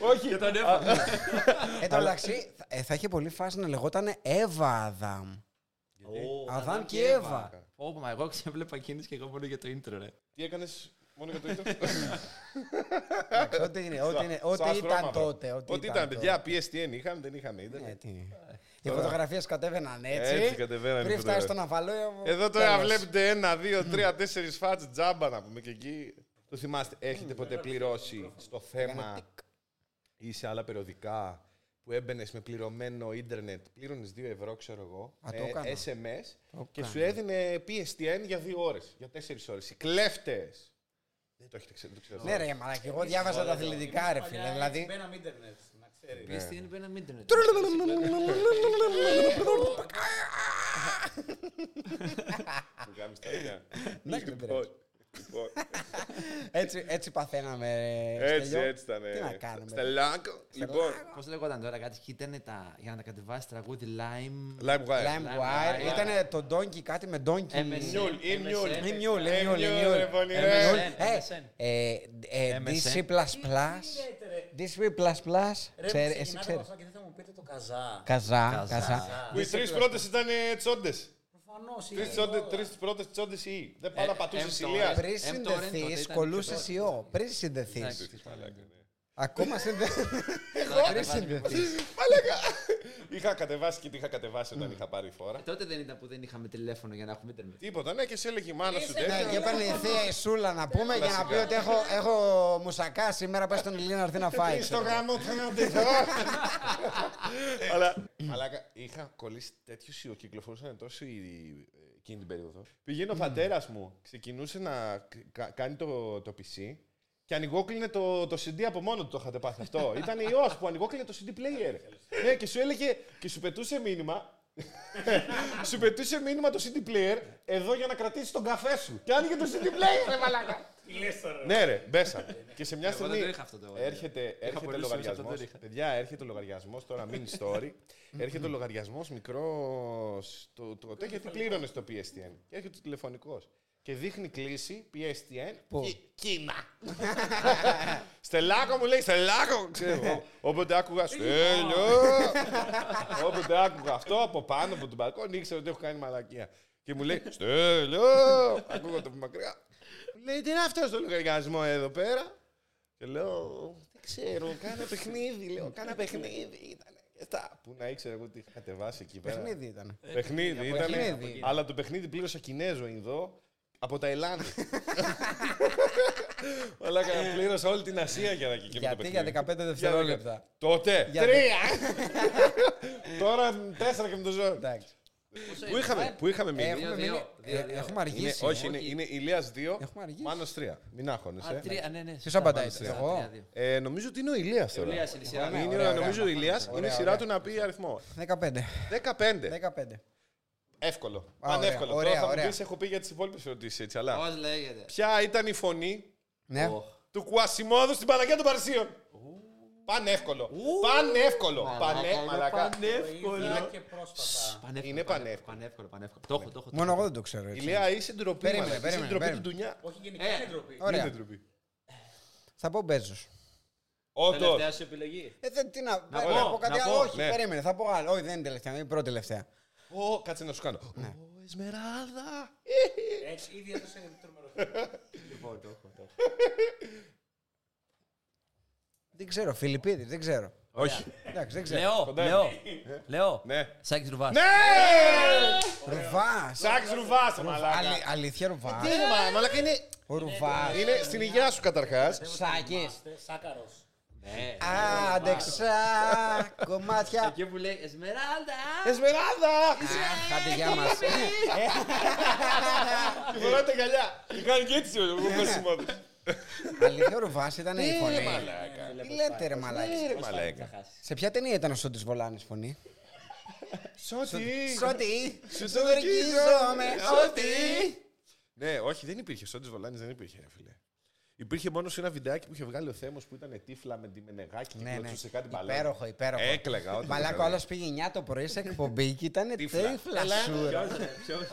Όχι, και τον Εν τω μεταξύ, θα- ε, θα είχε πολύ φάση να λεγόταν Εύα Αδάμ. Αδάμ και Εύα. Όπου, μα εγώ ξέβλεπα εκείνες και εγώ μόνο για το intro, ρε. Τι έκανες μόνο για το ίδιο. Εντάξει, Ό,τι είναι- ό,τι είναι- Στο ό,τι άσπρο ήταν άμα, τότε. Ό,τι ήταν, παιδιά, τότε. PSTN είχαμε, δεν είχαμε. ίντερνετ. Ε, τι είναι. Οι φωτογραφίες κατέβαιναν έτσι. Έτσι κατεβαίνανε οι Πριν φτάσει φωτογραφίες. στον Αβαλό. Εδώ τώρα τέλος. βλέπετε ένα, δύο, τρία, τέσσερις φάτσε τζάμπα να πούμε και εκεί. Το θυμάστε, έχετε ποτέ πληρώσει στο θέμα ή σε άλλα περιοδικά που έμπαινες με πληρωμένο ίντερνετ, πλήρωνες 2 ευρώ, ξέρω εγώ, Α, το με έκανα. SMS Το και σου έκανα. έδινε PSTN για 2 ώρες, για 4 ώρε. Οι κλέφτε! Δεν το έχετε ξέρει, δεν το ξέρω. Ναι, ρε, μαλάκα, εγώ διάβαζα τα αθλητικά, ρε φίλε. Δηλαδή. Μπαίναμε ίντερνετ, να Ναι. ξέρει. PSTN είπε ένα ίντερνετ. Μου κάνεις τα ωραία. Να και Λοιπόν, μπρε. λοιπόν, Έτσι, έτσι παθαίναμε. ρε, Έτσι, Στέλιο. έτσι ήταν. Τι να κάνουμε. ρε. Στελάκο. Λοιπόν, Πώς λεγόταν τώρα, κάτι ήταν τα, για να τα κατεβάσει τραγούδι Lime. LimeWire. LimeWire Lime. ήταν το Donkey κάτι Ε, με Donkey. MSN. Μιούλ, ή μιούλ. MSN. Ε, Μιούλ, ε, Ε, Μιούλ, ε, Μιούλ, Μιούλ. ρε, πονηρέ. Ε, Μιούλ. Ε, MSN. ε, ε, DC++. DC++. Ξέρε- Ρε, Εσύ εσύ ξέρει. ξέρεις. Και δεν θα μου πείτε το καζά. Καζά, Καζά. καζά. Που οι τρεις πρώτες ήταν τσόντες. Προφανώς. Τρεις πρώτε τσόντε ή. Δεν Ε, πάρα ε, πατούσε ε, ηλία. Πριν M torrent τότε συνδεθείς, ήταν κολούσες πιο ιό. Πριν συνδεθείς. Εντάξει. ναι. Ακόμα συνδεθείς. Πριν συνδεθείς. Είχα κατεβάσει και τι είχα κατεβάσει όταν είχα πάρει φορά. Τότε δεν ήταν που δεν είχαμε τηλέφωνο για να έχουμε ίντερνετ. Τίποτα, ναι, και σε έλεγε η μάνα σου Ναι, και τέτοια. έπαιρνε η θεία η Σούλα να πούμε για να πει ότι έχω, έχω μουσακά σήμερα. Πες στον Ηλία να έρθει να φάει. Στο ξέρω. γάμο θα να ντυθώ. Αλλά μαλάκα, είχα κολλήσει τέτοιο ιό, κυκλοφορούσαν τόσο εκείνη την περίοδο. Πηγαίνει ο πατέρας μου, ξεκινούσε να κα- κάνει το, το PC και ανοιγόκλεινε το, το CD από μόνο του. Το είχατε πάθει αυτό. Ήταν ιό που ανοιγόκλεινε το CD player. ναι, και σου έλεγε και σου πετούσε μήνυμα. σου πετούσε μήνυμα το CD player εδώ για να κρατήσει τον καφέ σου. Και άνοιγε το CD player, ρε μαλάκα. Ναι, ρε, μπέσα. και σε μια στιγμή. δεν το είχα αυτό το λογαριασμό. Έρχεται, πολύ έρχεται σωστά, λογαριασμό. δεν το είχα. Παιδιά, έρχεται ο λογαριασμός. Τώρα, mini story. έρχεται ο λογαριασμός μικρός. Το, το, το, γιατί πλήρωνε το PSTN. Και έρχεται ο τηλεφωνικό. Και δείχνει κλίση PSTN. Πού? Κι- Κίνα. Στελάκο μου λέει, Στελάκο! Ξέρω εγώ. Όποτε άκουγα, Στέλιο! Όποτε άκουγα αυτό από πάνω από τον μπαλκόνι, ήξερα ότι έχω κάνει μαλακία. Και μου λέει, Στέλιο! Ακούγα το από μακριά. Μου λέει, τι είναι αυτό το λογαριασμό εδώ πέρα. Και λέω, δεν ξέρω, κάνα παιχνίδι, λέω, κάνα παιχνίδι ήταν. και αυτά. Πού να ήξερα εγώ τι είχα κατεβάσει εκεί πέρα. Παιχνίδι ήταν. Ε, Παιχνίδι ήταν. Παιχνίδι. Αλλά το παιχνίδι πλήρωσα Κινέζο, Ινδό, από τα Ελλάδα. Αλλά πλήρωσα όλη την Ασία για να κυκλοφορήσω. Γιατί για 15 δευτερόλεπτα. Τότε. Για Τρία! Τώρα τέσσερα και με το ζώο. Εντάξει. Πού είχαμε, πού είχαμε μείνει. Ε, Έχουμε δύο, μείνει- δύο, ε, δύο. έχουμε Είναι, αργήσει. όχι, είναι, είναι Ηλίας 2, Έχουμε αργήσει. Μάνος 3. Μην άγχωνεσαι. Τρία, ναι, ναι. Ποιος σωστά, απαντάει, μάλιστα, εγώ? τρία, δύο. Ε, νομίζω ότι είναι ο Ηλίας τώρα. Ηλίας είναι η σειρά. Είναι, ωραία, νομίζω ο ωραία. Ηλίας, είναι η Ωραία, σειρά ωραία. του να πει αριθμό. 15. 15. 15. Εύκολο. Α, ωραία, Πανεύκολο. ωραία, Τώρα θα ωραία. μου πεις, έχω πει για τις υπόλοιπες ερωτήσεις έτσι, αλλά... Πώς λέγεται. Ποια ήταν η φωνή Ναι. του Κουασιμόδου στην Παναγία των Παρισίων. Πανεύκολο. Πανεύκολο. Πανέ, μαλακά. Εύκολα. Και πρόσφατα. Πανεύκολο, Είναι πανεύκολο. Πανεύκολο, πανεύκολο. Το έχω, το έχω. το Μόνο έχω. εγώ δεν το ξέρω. έτσι. Ηλία, είσαι ντροπή. Περίμενε, μαλακά. Είσαι περίμενε, ντροπή του περίμενε. ντουνιά. Όχι γενικά είναι ντροπή. Είναι Ωραία. ντροπή. Θα πω Μπέζος. Όντως. Τελευταία σου επιλογή. Ε, δεν, τι να, να, πω, να πω να κάτι πω, άλλο. Όχι, ναι. περίμενε. Θα πω άλλο. Όχι, δεν είναι τελευταία. Είναι η πρώτη τελευταία. Ω, κάτσε να σου κάνω. Ω, Εσμεράδα. Έτσι, Ε, ήδη έδωσε τρομερό. Λοιπόν, Δεν ξέρω. Φιλιππίδη, δεν ξέρω. Όχι. Εντάξει, δεν ξέρω. Λέω, Κοντά λέω, λέω. Ναι. Σάκης Ρουβάς. Ναι! Ρουβάς. Σάξ ρουβάς, μαλάκα. αλήθεια, Ρουβάς. Ε, Τι Ε, είναι, μα- μαλάκα, είναι... Ο Ρουβάς. Είναι στην υγειά σου καταρχάς. Σάκης. Σάκαρο. Ναι. Ε, Άντεξα. Κομμάτια. Ναι. Εκεί που λέει Εσμεράλτα. Εσμεράδα! Αχ, Άντε, γεια μας. Και φοράει τα γυαλιά. Και κάνει και έτσι ο Κουασιμόδου. Ε. Ε, Αλήθεια, ο Ρουβά ήταν η φωνή. Τι λέτε, ρε μαλάκι. Μαλάκα. Σε ποια ταινία ήταν ο Σότη Βολάνης φωνή. Σότι. Σότη. Σου Σου ορκίζομαι. Σότη. Ναι, όχι, δεν υπήρχε. Σόντι Βολάνης δεν υπήρχε, ρε φίλε. Υπήρχε μόνος σε ένα βιντεάκι που είχε βγάλει ο Θέμος που ήταν τύφλα με τη μενεγάκι και Ναι, ναι. κλωτσούσε σε κάτι Ε, παλαιό. Υπέροχο, υπέροχο. Έκλαιγα. όντως. Μαλάκο, άλλος πήγε 9 το πρωί σε εκπομπή και ήταν Τύφλα. τύφλα σούρα.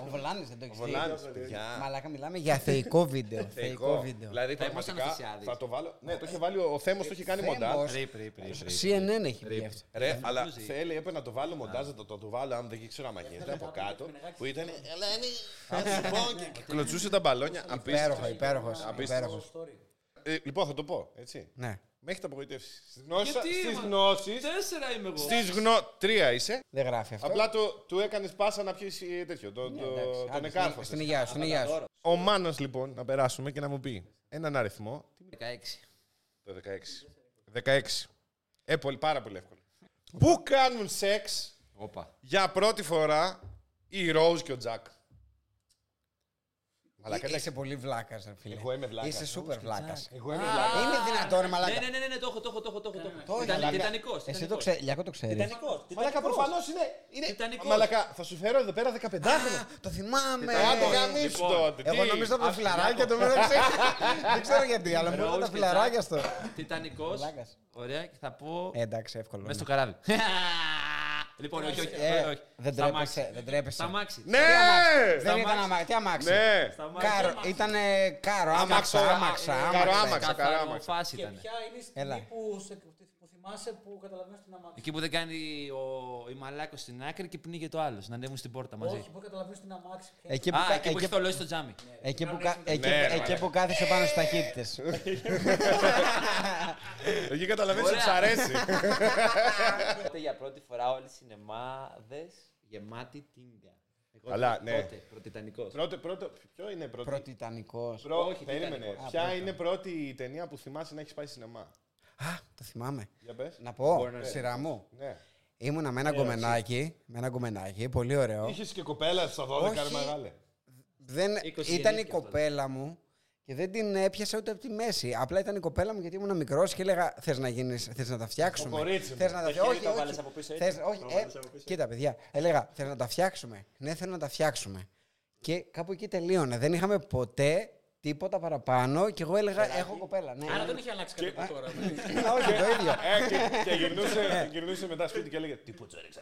Ο Βολάνης δεν το έχεις Βολάνης, δει. παιδιά. Μαλάκα, μιλάμε για θεϊκό βίντεο. Θεϊκό βίντεο. Δηλαδή ήμασταν πραγματικά αφησιάδες. θα το βάλω. Ναι, το είχε βάλει ο Θέμος, το είχε κάνει Θέμος. μοντάζ. CNN έχει πει αυτό. Ρε, αλλά θέλει, έπρεπε να το βάλω μοντάζ, να το, το βάλω, αν δεν ξέρω αν γίνεται από κάτω. Που ήταν. Ελένη, θα σου πω και- και Κλωτσούσε τα μπαλόνια. Υπέροχο, Απίστευτο. υπέροχος. Υπέροχος. Ε, Λοιπόν, θα το πω, έτσι. Ναι. Με έχετε απογοητεύσει. Στις γνώσεις. Γιατί, Στις μα? γνώσεις. Τέσσερα είμαι εγώ. Στις γνω... Τρία είσαι. Δεν γράφει αυτό. Απλά το, του έκανες πάσα να πιεις ε, τέτοιο. Το, το, Ναι, Εντάξει, άντε, τον στην- εκάρφωσε. Στην υγεία σου, στην υγεία σου. Ο Μάνο λοιπόν να περάσουμε και να μου πει έναν αριθμό. 16. Το 16. 16. Ε, πολύ, πάρα πολύ εύκολο. Πού κάνουν σεξ Όπα. για πρώτη φορά η Ρόζ και ο Τζακ. Μαλάκα, Είσαι εντάξει, πολύ βλάκας, ρε φίλε. Εγώ είμαι βλάκας. Είσαι σούπερ βλάκα. εγώ είμαι βλάκας. Είναι δυνατό, ρε Ναι, μαλάκα. ναι, ναι, ναι, το έχω, το έχω, το έχω. Το Το έχω. έχεις, Ήταν- μαλάκα. Τιτανικός. Εσύ το Τιτανικός. ξέρει. Λιακό το ξέρεις. Τιτανικός. Μαλάκα, Τιτανικός. προφανώς είναι. είναι... ε, ε, Τιτανικός. Μαλάκα, θα σου φέρω εδώ πέρα 15 χρόνια. Το θυμάμαι. Άντε γαμίσου Λοιπόν, τότε. Εγώ τι. νομίζω από τα φιλαράκια το δεν ξέρω. Δεν ξέρω γιατί, αλλά μου Ροζ έρχονται τα και φιλαράκια Τζακ. στο. Τιτανικός. Βλάκας. Ωραία, και θα πω. Ε, Εντάξει, εύκολο. Μέσα είναι. στο καράβι. Λοιπόν, όχι, όχι. Ε, όχι, Ε! όχι. Δεν Στα αμάξια. τρέπεσαι. Δεν τρέπεσαι. Στα αμάξι. Ναι! Δεν ήταν αμάξι. αμάξι. Τι αμάξι. Ναι! Κάρο, ήταν κάρο, Αμάξο, άμαξα, άμαξα, ε, άμαξα. καροάμαξα. Καθαρό αμάξι. φάση Και ήταν. ποια είναι η Έλα. στιγμή που, σε, που θυμάσαι που καταλαβαίνεις την αμάξι. Εκεί που δεν κάνει ο η μαλάκος στην άκρη και πνίγει το άλλος. Να ανέβουν στην πόρτα μαζί. Όχι, που καταλαβαίνεις την αμάξι. ποια είναι. Εκεί που, Α, κα- εκεί που εκεί- έχει θολώσει το τζάμι. εκεί που, κα- εκεί- Ναι, εκεί ρε, που κάθεσαι πάνω στις ταχύτητες. Εκεί καταλαβαίνεις ότι Ωραία. σ' αρέσει. Τότε για πρώτη φορά όλοι οι σινεμάδες γεμάτοι τίνγκα. Εγώ Καλά, τότε, ναι. Τότε, προτιτανικός. Πρώτο, πρώτο, ποιο είναι πρώτο. Προτιτανικός. Πρω- Όχι, περίμενε. Τιτανικό. Ποια πρώτο. είναι πρώτη ταινία που θυμάσαι να έχεις πάει σινεμά. Α, το θυμάμαι. Για πες. Να πω, Μπορεί να σειρά μου. Ναι. Ήμουνα με ένα γκομενάκι, με ένα γκομενάκι, πολύ ωραίο. Είχες και κοπέλα στα 12 ρε Όχι. μεγάλε. Δεν, ήταν 20 η γεννήθηκε τότε. κοπέλα μου και δεν την έπιασα ούτε από τη μέση. Απλά ήταν η κοπέλα μου γιατί ήμουν μικρός και έλεγα θες να, γίνεις, θες να τα φτιάξουμε. Το κορίτσι μου. θες να τα Το χέρι φτιάξουμε. το Όχι, βάλες όχι. από πίσω, έτσι. Θες, όχι, Το ε, βάλες από πίσω. κοίτα, παιδιά. Έλεγα, θες να τα φτιάξουμε. Ναι, θέλω να τα φτιάξουμε. Και κάπου εκεί τελείωνε. Δεν είχαμε ποτέ τίποτα παραπάνω και εγώ έλεγα, έχω κοπέλα. Ναι, Άρα ναι. δεν έχει αλλάξει κάτι από τώρα. όχι, το ίδιο. Ναι. Ε, και, και γυρνούσε, γυρνούσε μετά σπίτι και έλεγε Τι πουτσο έριξα.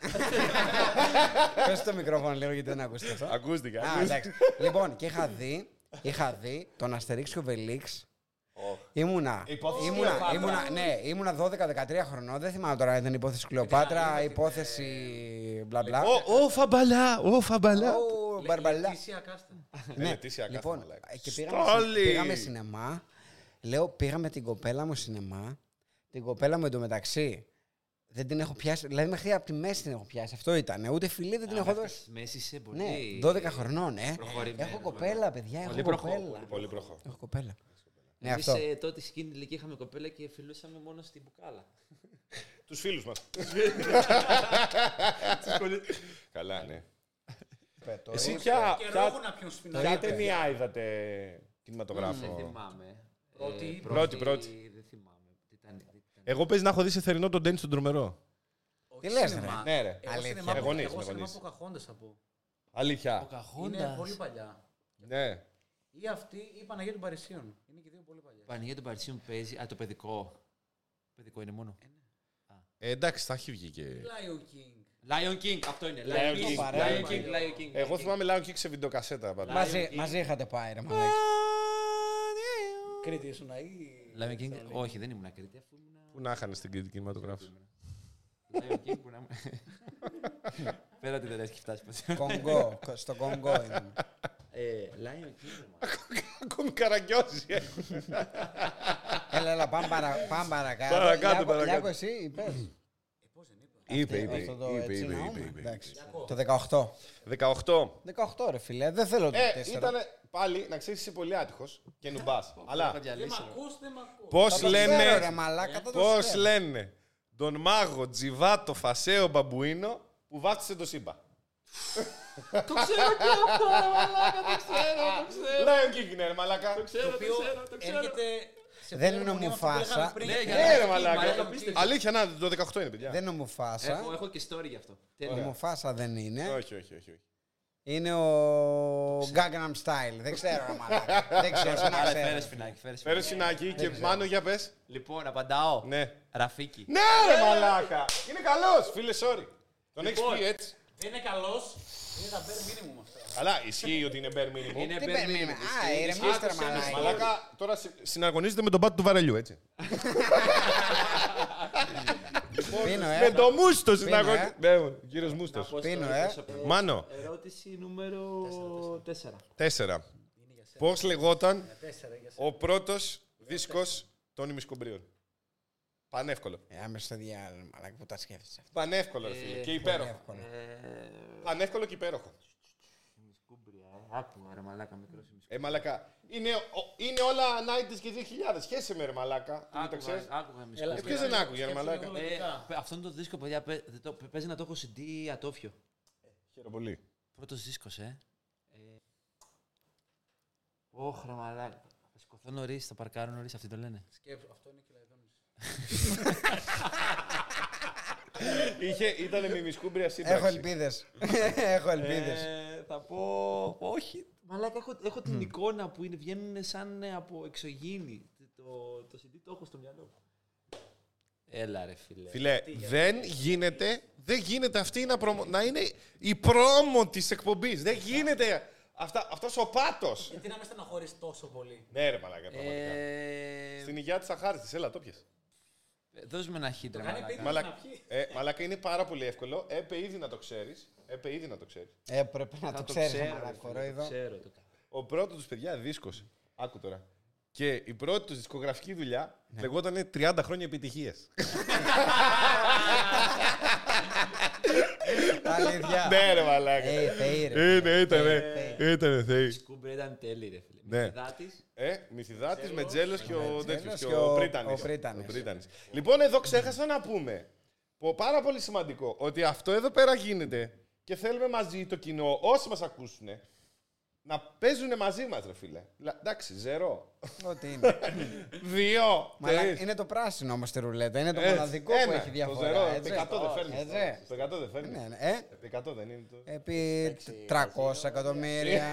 Πες το μικρόφωνο λίγο γιατί δεν ακούστηκε αυτό. Ακούστηκε. Α, ακούστηκε. εντάξει. λοιπόν, και είχα δει, είχα δει τον Αστερίξ και ο Βελίξ. Ήμουνα, Υπόθεση ήμουνα, Κλεοπάτρα. ήμουνα, ναι, ήμουνα 12-13 χρονών. Δεν θυμάμαι τώρα αν ήταν Ναι, υπόθεση Κλεοπάτρα, υπόθεση μπλα μπλα. Ε, Ω, ω, φαμπαλά, ω, φαμπαλά. Ω, μπαρμπαλά. Λετήσια Κάστα. Ναι, λετήσια κάθε λοιπόν, μαλάκα. και πήγαμε, σι- Στόλι! πήγαμε σινεμά. Λέω, πήγαμε την κοπέλα μου σινεμά. Την κοπέλα μου εντωμεταξύ δεν την έχω πιάσει. Δηλαδή, μέχρι από τη μέση την έχω πιάσει. Αυτό ήταν. Ε, Ούτε φιλή δεν την έχω δώσει. Μέση σε πολύ. Ναι, 12 χρονών, ε. προχωρημένος, Έχω κοπέλα, παιδιά. Έχω Πολύ προχω- κοπέλα. ναι, Πολύ προχώ. Έχω κοπέλα. Ναι, Εμείς αυτό. ε, τότε σκηνή ηλικία είχαμε κοπέλα και φιλούσαμε μόνο στην μπουκάλα. Τους φίλους μας. Καλά, ναι. Εσύ ποια Και ποια- ρόγο να πιούν Το ποια σφινάκι. είπε. ταινία είδατε Δεν κινηματογράφο. θυμάμαι. Πρώτη. Ε, Πρώτη, πρώτη. Δεν θυμάμαι. Τι ήταν, τι ήταν. Εγώ παίζει να έχω δει σε θερινό τον Ντένι τον τρομερό. Τι λες, ρε. Ναι, ρε. Εγώ Αλήθεια. σινεμά Με γονείς, εγώ με σινεμά γονείς. που καχόντες θα πω. Αλήθεια. Είναι Καχόντας. πολύ παλιά. Ναι. Ή αυτή ή Παναγία των Παρισίων. Είναι και δύο πολύ παλιά. Πανηγία του Παρισιού παίζει. Α, το παιδικό. Το παιδικό είναι μόνο. Ε, εντάξει, θα έχει βγει και. Lion King. Lion King, αυτό είναι. Lion King. Lion King. King, Lion King. Εγώ Lion King. θυμάμαι Lion King σε βιντεοκασέτα πάντα. Μαζί, μαζί είχατε πάει, ρε μαλάκι. Κρήτη ήσουν ή... Lion King, όχι, δεν ήμουν Κρήτη, αφού ήμουν. Πού να είχαν στην Κρήτη κινηματογράφο. Lion King που να ήμουν. Πέρα τη δεν έχει φτάσει ποτέ. Κονγκό, κο- στο Κονγκό ήμουν. Ε, Lion King, ρε, μάνα. Ακόμη καραγκιόζει. ε. Έλα, έλα, πάμε παρα- πάμε παρακάτω. Παρακάτω, Λιάκο- παρακάτω. Λιάκο, εσύ είπες. Είπε, Αυτό είπε. το είπε, έτσι είπε, να είπε, είμαι. είπε. Εντάξει. Το 18. 18. 18 ρε φίλε, δεν θέλω το Ε, 4. ήταν πάλι, να ξέρεις, είσαι πολύ άτυχος και νουμπάς. Θα Αλλά Δεν μ' διαλύσω. ακούς, δεν μ' ακούς. πώς Θα το ξέρω, ρε λένε. μαλάκα, θα το Πώς ξέρω. λένε. Τον μάγο Τζιβάτο Φασαίο Μπαμπουίνο που βάφτισε το Σύμπα. Το ξέρω και αυτό, ρε μαλάκα, το ξέρω, το ξέρω. Lion King είναι, ρε μαλακά. ξέρω, το ξέρω, το Ε, ξέρω. Έρχεται... σε Δεν πολύ είναι ο γωνία με αυτό που Μουφάσα. λέγαμε πριν. Ναι, για Ναι, ρε Μαλάκα, μαλακά. πείστε. Αλήθεια, να, το 18 είναι, παιδιά. Δεν είναι ο Μουφάσα. Έχω, έχω και story γι' αυτό. Ο Τέλεια. Μουφάσα δεν είναι. Όχι, όχι, όχι. όχι. Είναι ο Gangnam Style. Δεν ξέρω ρε μαλάκα. Δεν ξέρω, να Άρα, φέρε ξέρω. σφινάκι, φέρε σφινάκι. Φέρε συνάκι και μάνο για πες. Λοιπόν, απαντάω. Ναι. Ραφίκη. Ναι, ρε μαλάκα. Είναι καλός. Φίλε, sorry. Τον έχεις Λοιπόν. πει έτσι. Δεν Ε, είναι καλός. Είναι τα bare minimum αυτά. Καλά, ισχύει ότι είναι bare minimum. Είναι Τι bare περιμένουμε. minimum. Α, ηρεμήστε ρε μαλάκα. Μαλάκα, τώρα συ- συναγωνίζεται με τον πάτο του βαρελιού, έτσι. Πίνω, με ε. το μούστο ε. συναγωνίζεται. Ναι, κύριος μούστος. Πίνω, ε. Μάνο, Ερώτηση νούμερο 4. τέσσερα. Πώς λεγόταν ο πρώτος δίσκος των ημισκομπρίων. Πανεύκολο. Ε, Άμεσα στο διάλογο, μαλάκα που τα σκέφτεσαι. Πανεύκολο, ρε φίλε. Και υπέροχο. Ε, Εύκολο. Πανεύκολο και υπέροχο. Σκούμπρια. ε. Άκουγα ρε μαλάκα μικρός ή Ε, μαλακά. Είναι, ο- είναι όλα 90s και 2000. Χέσε με, ρε μαλακά. Μην το ξέρει. Άκουγα, άκουγα μισό. Ε, Ποιος δεν άκουγε, ρε μαλακά. Ε, παι- αυτό είναι το δίσκο, παιδιά. παι- δεν το- Παίζει να το έχω CD ατόφιο. Χαίρομαι πολύ. Πρώτος δίσκος, ε. ε. Όχρα, μαλάκα. Θα σηκωθώ νωρίς, θα παρκάρω νωρίς, αυτοί το λένε. Σκέψου, αυτό είναι κυλαϊδόνης. Είχε, ήταν μιμισκούμπρια Έχω σύμπραξη. ελπίδες. Έχω ελπίδες. Ε, θα πω. Όχι. Μαλάκα, έχω, έχω την εικόνα που είναι, βγαίνουν σαν ε, από εξωγήινη. Το, το CD το έχω στο μυαλό μου. Έλα ρε φίλε. Φιλέ, δεν γίνεται, δεν γίνεται αυτή να, προμο- να είναι η πρόμο της εκπομπής. Δεν γίνεται αυτά, αυτός ο πάτος. Γιατί να με στεναχωρείς τόσο πολύ. ναι, ρε μαλακά, πραγματικά. Ε, Στην υγειά της Αχάρης έλα, το πιες. δώσ' με ένα χίτρα. Κάνει μαλάκα. επίτηδες να Μαλακ... πιει. Ε, μαλακά είναι πάρα πολύ εύκολο. Έπε ήδη να το ξέρεις. Έπε ήδη να το ξέρεις. Ε, πρέπει να Θα το ξέρω, ξέρει, ρε φίλε, μαλακορόιδο. Το ξέρω. το- Ο πρώτος τους παιδιά δίσκος. Άκου τώρα. Και η πρώτη τους δισκογραφική δουλειά Ναι. λεγόταν 30 χρόνια επιτυχίες. Αλήθεια. ναι, ρε μαλάκα. Ε, θεή, ρε. Είναι, ήτανε. Ήτανε, Η θεή. σκούμπρα ήταν τέλη ρε φίλε. Ναι. Μητσοτάκης. Ε, Μυθιδάτης, Μετζέλο και ο τέτοιος, και ο ο Πρίτανης. Πρίτανης. Λοιπόν, εδώ ξέχασα να πούμε. πω Πάρα πολύ σημαντικό ότι αυτό εδώ πέρα γίνεται και θέλουμε μαζί το κοινό, όσοι μας ακούσουν, να παίζουν μαζί μας, ρε φίλε. Λα- Εντάξει, ζερό. Ό,τι είναι. Δύο. Μαλάκα, τρεις. είναι το πράσινο όμως τη ρουλέτα. Είναι το Έτσι, μοναδικό που ένα, έχει διαφορά. Το ζερό, έτσι. το 100 δεν φέρνεις. Έτσι. Το 100 δεν Ναι, φέρνεις. ναι, ε. Το 100 δεν είναι το. Επί 300 εκατομμύρια.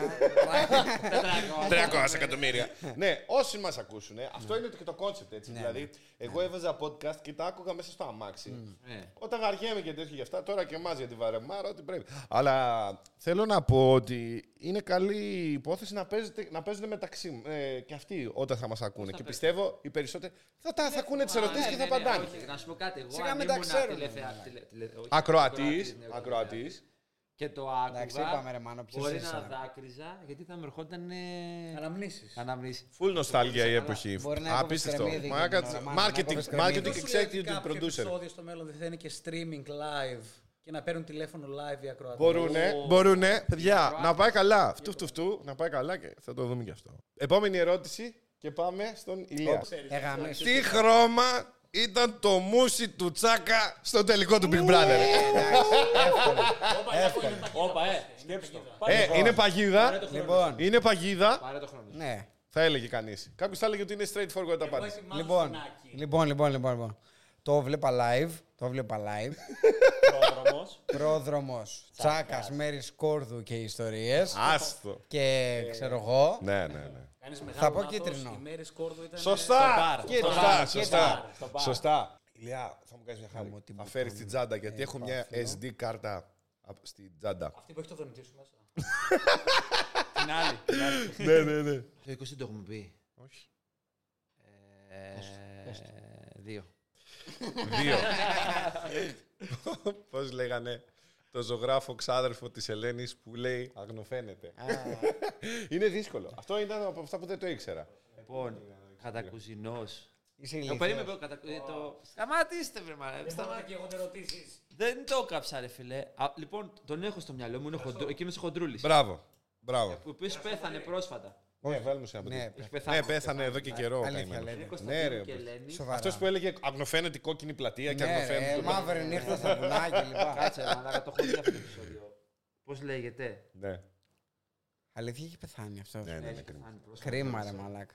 300 εκατομμύρια. ναι, όσοι μας ακούσουν, αυτό είναι και το κόνσεπτ έτσι. Ναι, δηλαδή, εγώ έβαζα podcast και τα άκουγα μέσα στο αμάξι. Ναι. Όταν βαριέμαι και τέτοια γι' αυτά, τώρα και εμάς για τη βαρεμάρα, ό,τι πρέπει. Αλλά θέλω να πω ότι είναι καλή υπόθεση να, παίζετε, να παίζουν μεταξύ ε, και αυτοί όταν θα μας ακούνε. Και πιστεύω οι περισσότεροι θα, τα, Ναι. θα ακούνε τις ερωτήσει και θα απαντάνε. Όχι, να σου πω κάτι. Εγώ Σιγά αν με τα ήμουν ξέρουμε, τηλεθεα- τηλε- τηλε- όχι, Ακροατής. ναι, Ακροατής. Και το Εντάξει, άκουγα. είπαμε ρε Μάνο, ποιος Μπορεί είσαι, να ρε. δάκρυζα γιατί θα με ερχόταν Ε, Αναμνήσεις. αναμνήσεις. Full νοστάλγια η εποχή. Μπορεί να Απίστευτο. έκοβες κρεμμύδι Μάκα- και να- Marketing, να marketing έκοβες executive Κάποιο producer. επεισόδιο στο μέλλον δεν θα είναι και streaming live και να παίρνουν τηλέφωνο live οι ακροατές. Μπορούνε, μπορούνε. Παιδιά, να πάει καλά. Φτού, φτού, φτού. Να πάει καλά και θα το δούμε και αυτό. Επόμενη ερώτηση και πάμε στον Ηλία. Εγαμίσου. Τι χρώμα ήταν το μουσι του Τσάκα στο τελικό του Big Brother. ε? Όπα, ε, σκέψτε το. Πάρε το Ε, είναι χρόνο. Πάρε παγίδα. το χρόνο. Λοιπόν, Είναι παγίδα, Πάρε το χρόνο. σου. ναι. θα έλεγε κανείς. Κάποιος θα έλεγε ότι είναι straightforward απάντηση. Λοιπόν, λοιπόν, λοιπόν, λοιπόν, λοιπόν. Το βλέπα live. Το βλέπα live. Πρόδρομος. Πρόδρομος Τσάκα, Μέρης Κόρδου και ιστορίες. Άστο. Και ξέρω εγώ. Ναι, ναι, ναι. Κάνεις μεγάλο πω λάθος, κίτρινο. Η μέρης σκόρδου ήταν... Σωστά! μπαρ, Και στο σωστά, μπαρ, σωστά. στο μπαρ. Σωστά. Ηλιά, θα μου κάνεις μια χάρη. μου, τι Θα μου φέρεις κάνει. την τσάντα γιατί Ε, έχω μια πάω, φίλο. SD κάρτα απ- στην τσάντα. Αυτή που έχει το δονητή σου μέσα. Την άλλη. την άλλη. Ναι, ναι, ναι. Το 20 το έχουμε πει. Όχι. Ε, Δύο. Δύο. Πώς λέγανε το ζωγράφο ξάδερφο της Ελένης που λέει Αγνοφαίνεται. Είναι δύσκολο. Αυτό ήταν από αυτά που δεν το ήξερα. Λοιπόν, κατακουζινός. Είσαι Εγώ ηλίθιος. Ε, περίμενα το κατακουζινό. Σταματήστε, βρε μάρα. Σταμάτα και Ε, εγώ δεν ρωτήσεις. Δεν το κάψα, ρε φιλέ. Α, λοιπόν, τον έχω στο μυαλό μου. Είναι χοντρού... Εκείνος ο χοντρούλης. Μπράβο. Μπράβο. Ο οποίος πέθανε πρόσφατα. Ναι, βάλουμε σε ένα Ναι, παιδί. παι- Πεθάνε. Ναι, πέθανε εδώ και καιρό. αλήθεια Είναι λέτε. Κωνσταντίνου Ναι, ρε, και παιδί. Ελένη. Σοβαρά. Αυτός που έλεγε Αγνοφαίνεται η κόκκινη πλατεία και Ναι, αγνοφαίνεται. ρε, το- μαύρη νύχτα λοιπόν. στα βουνά και λοιπά. Κάτσε, ρε μαλάκα, το έχω δει αυτό το επεισόδιο. Πώς λέγεται. Ναι, Αλήθεια έχει πεθάνει αυτός. ναι, ναι, ναι. Έχει πεθάνει πρόσφατα. Ε, Κρίμα, ρε μαλάκα.